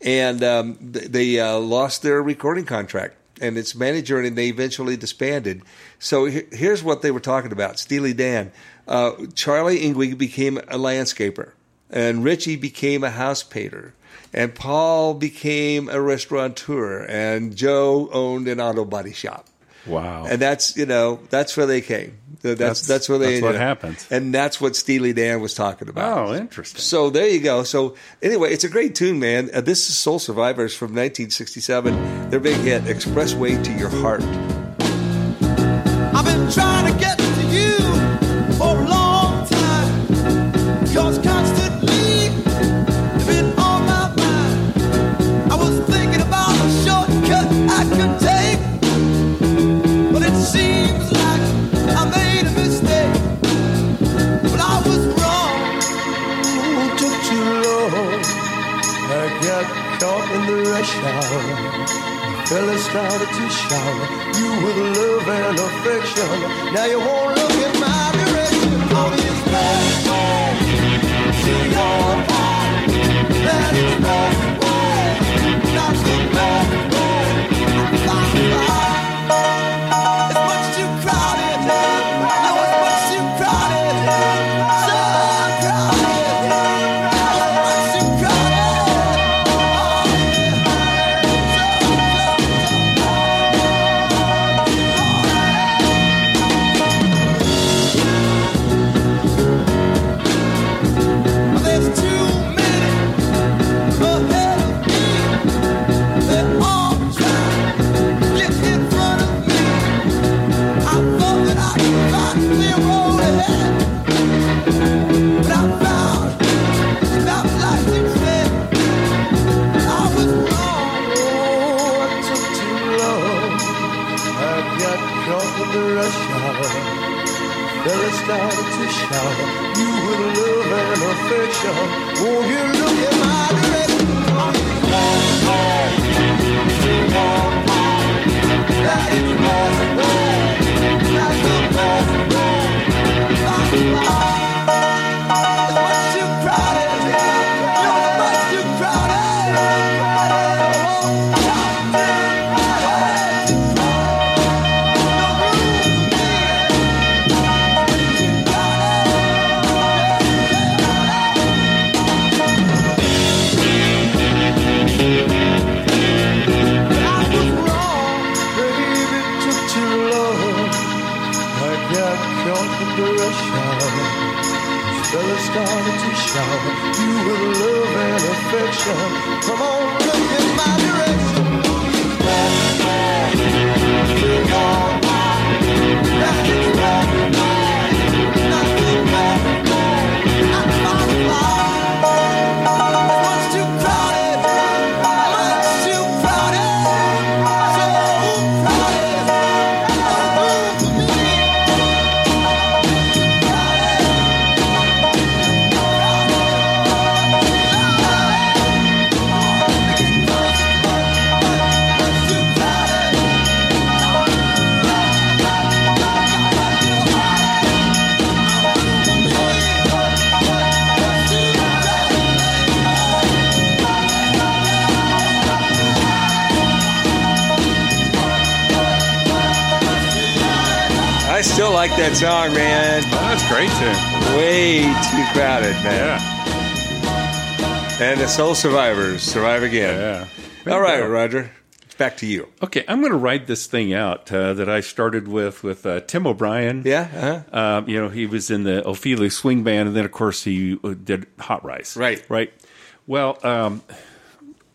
Speaker 6: and um, th- they uh, lost their recording contract and its manager and they eventually disbanded. So he- here's what they were talking about. Steely Dan, uh, Charlie Ingwig became a landscaper and Richie became a house painter. And Paul became a restaurateur, and Joe owned an auto body shop.
Speaker 5: Wow.
Speaker 6: And that's you know that's where they came. That's that's,
Speaker 5: That's-
Speaker 6: where they
Speaker 5: that's what
Speaker 6: ended up.
Speaker 5: happens.
Speaker 6: and that's what Steely Dan was talking about.
Speaker 5: Oh, interesting.
Speaker 6: So there you go. So anyway, it's a great tune, man. Uh, this is Soul Survivors from 1967. Their big hit, "Expressway to Your Heart."
Speaker 14: I've been trying to get to you for a long time. Cause constantly you've been on my mind. I was thinking about a shortcut I could take. But it seems like I made a mistake. But I was wrong.
Speaker 8: Oh, took too long. I got caught in the rush hour. Fella started to shower you with love and affection. Now you won't look in my direction. All these bad to your heart. That is wrong. That's the bad boy. It's much too crowded. Now it's much too crowded. So crowded. There's too many ahead of me that all try to get in front of me. I thought that I could find a clear road ahead, but I found it's not like you said. I was wrong. Oh, I took too long. I got caught in the rush hour. Fella started to shower you with love and affection. Won't you look in my direction? Oh, it's wrong, wrong. It's wrong, wrong. That is wrong, wrong. That's the wrong, wrong. That's the wrong. It's much too crowded. You're much too crowded.
Speaker 14: Baby,
Speaker 8: took too long. I got caught in the rush hour. This fella started to shower you with love and affection. Come on, look in my direction. Much too crowded, much too crowded, so crowded. Thank
Speaker 6: I still like that song, man.
Speaker 5: Oh, That's great tune.
Speaker 6: Way too crowded, man. Yeah. And the Soul Survivors survive again. Yeah. All right, Roger. It's back to you.
Speaker 5: Okay, I'm going to ride this thing out uh, that I started with with uh, Tim O'Brien.
Speaker 6: Yeah, Uh-huh.
Speaker 5: uh you know he was in the Ophelia Swing Band, and then of course he uh, did Hot Rice.
Speaker 6: Right.
Speaker 5: right. Well, um,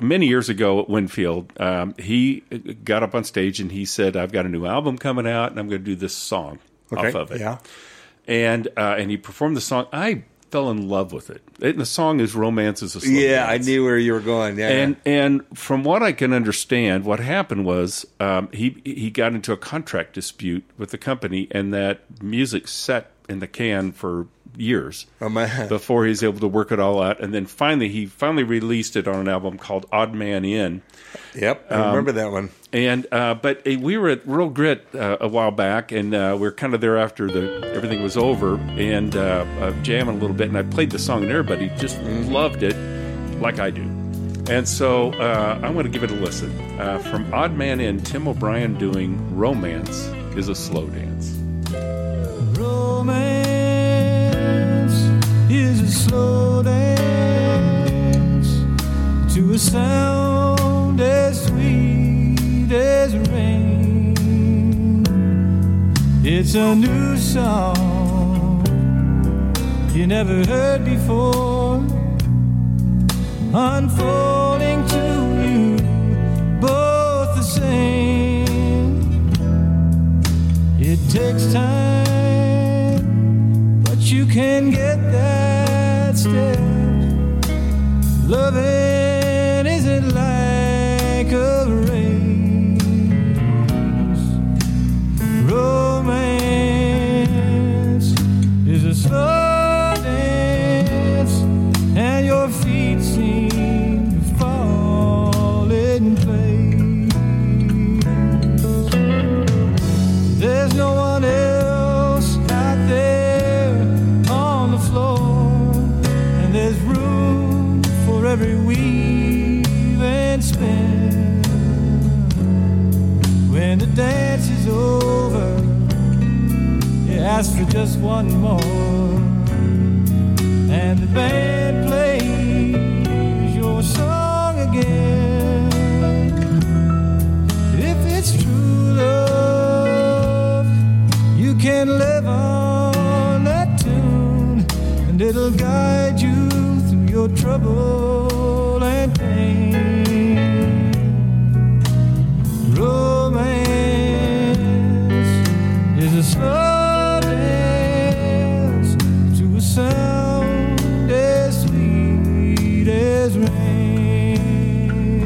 Speaker 5: many years ago at Winfield, um, he got up on stage and he said, "I've got a new album coming out, and I'm going to do this song
Speaker 6: Okay,
Speaker 5: off of it."
Speaker 6: yeah.
Speaker 5: and uh, and he performed the song. I fell in love with it. it the song is "Romance Is a Slow
Speaker 6: Yeah,
Speaker 5: Dance."
Speaker 6: I knew where you were going. Yeah.
Speaker 5: And and from what I can understand, what happened was um, he he got into a contract dispute with the company, and that music sat in the can for years
Speaker 6: Oh,
Speaker 5: before he was able to work it all out. And then finally, he finally released it on an album called Odd Man In.
Speaker 6: Yep,
Speaker 5: um,
Speaker 6: I remember that one.
Speaker 5: And uh, but uh, we were at Real Grit uh, a while back, and uh, we were kind of there after the everything was over, and uh, uh, jamming a little bit. And I played the song, and everybody just
Speaker 6: Mm-hmm.
Speaker 5: loved it, like I do. And so uh, I'm going to give it a listen uh, from Odd Man In, Tim O'Brien doing "Romance Is a Slow Dance."
Speaker 3: Romance is a slow dance to a sound as sweet as rain. It's a new song you never heard before, unfolding to you both the same. It takes time, but you can get that step. Loving isn't like a race. Romance is a slow dance, and your feet seem to fall in place. There's no one else out there on the floor, and there's room for every weave and spin. When the dance is over, you ask for just one more, and the band plays your song again. If it's true love, you can live on that tune, and it'll guide you through your trouble and pain. Romance is a slow dance to a sound as sweet as rain.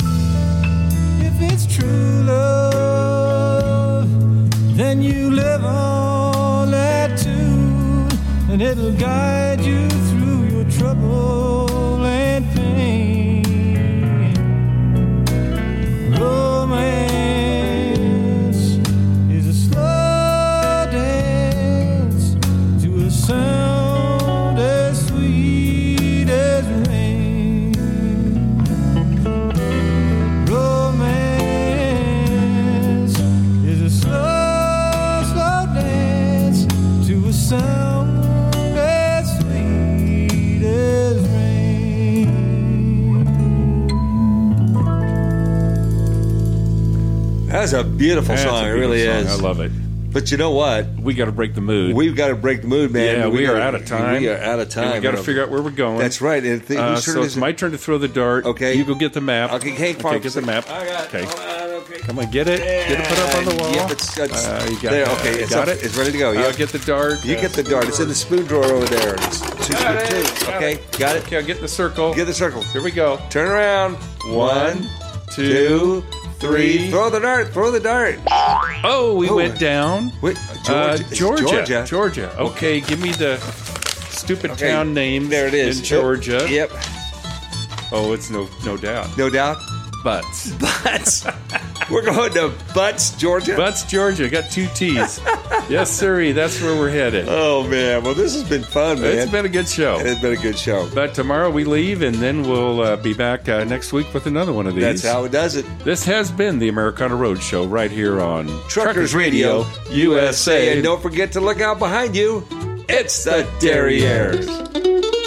Speaker 3: If it's true love, then you live on that tune, and it'll guide you through your trouble and pain. Romance is a slow dance to a sound as sweet as rain. Romance is a slow, slow dance to a sound as sweet as
Speaker 6: That was a beautiful
Speaker 5: That's a
Speaker 6: song.
Speaker 5: beautiful
Speaker 6: it really
Speaker 5: song.
Speaker 6: is.
Speaker 5: I love it.
Speaker 6: But you know what?
Speaker 5: We got to break the mood.
Speaker 6: We've got to break the mood, man.
Speaker 5: Yeah, we, are
Speaker 6: gotta-
Speaker 5: out of time.
Speaker 6: We are out of time.
Speaker 5: And we got to figure out where we're going.
Speaker 6: That's right. And th-
Speaker 5: Uh,
Speaker 6: whose turn
Speaker 5: so
Speaker 6: is
Speaker 5: it's
Speaker 6: it?
Speaker 5: my turn to throw the dart. Okay, you go get the map. Okay,
Speaker 6: hey, Farm,
Speaker 5: okay, get the map.
Speaker 6: I got it.
Speaker 5: okay.
Speaker 6: okay.
Speaker 5: Come on, get it. Get it put up on the wall.
Speaker 6: Yep, it's, it's
Speaker 5: Uh, you got
Speaker 6: there.
Speaker 5: it.
Speaker 6: Okay,
Speaker 5: You
Speaker 6: it's
Speaker 5: got
Speaker 6: up.
Speaker 5: it?
Speaker 6: It's ready to go.
Speaker 5: I'll
Speaker 6: Yep.
Speaker 5: get the uh, dart.
Speaker 6: You
Speaker 5: Yeah.
Speaker 6: get the dart. It's in the spoon drawer over there. It's two,
Speaker 5: Got it.
Speaker 6: two. Okay, got it.
Speaker 5: Okay, get the circle.
Speaker 6: Get the circle.
Speaker 5: Here we go.
Speaker 6: Turn around.
Speaker 5: One,
Speaker 6: One,
Speaker 5: two,
Speaker 6: two,
Speaker 5: three.
Speaker 6: Throw the dart. Throw the dart.
Speaker 5: Oh, we went down.
Speaker 6: Wait,
Speaker 5: Uh,
Speaker 6: Georgia. It's
Speaker 5: Georgia.
Speaker 6: Georgia.
Speaker 5: Georgia. Okay, give me the stupid
Speaker 6: Okay,
Speaker 5: town name.
Speaker 6: there it is.
Speaker 5: In Georgia.
Speaker 6: Yep.
Speaker 5: Oh, it's no no doubt.
Speaker 6: No doubt.
Speaker 5: Butts.
Speaker 6: Butts. we're going to Butts, Georgia.
Speaker 5: Butts, Georgia. Got two
Speaker 6: [LAUGHS]
Speaker 5: T's. yes, sirree. That's where we're headed.
Speaker 6: Oh man, well this has been fun, man.
Speaker 5: It's been a good show.
Speaker 6: It's been a good show.
Speaker 5: But tomorrow we leave, and then we'll uh, be back uh, next week with another one of these.
Speaker 6: That's how it does it.
Speaker 5: This has been the Americana Road Show right here on
Speaker 6: Truckers Radio
Speaker 5: USA.
Speaker 6: And don't forget to look out behind you. It's the Derriere.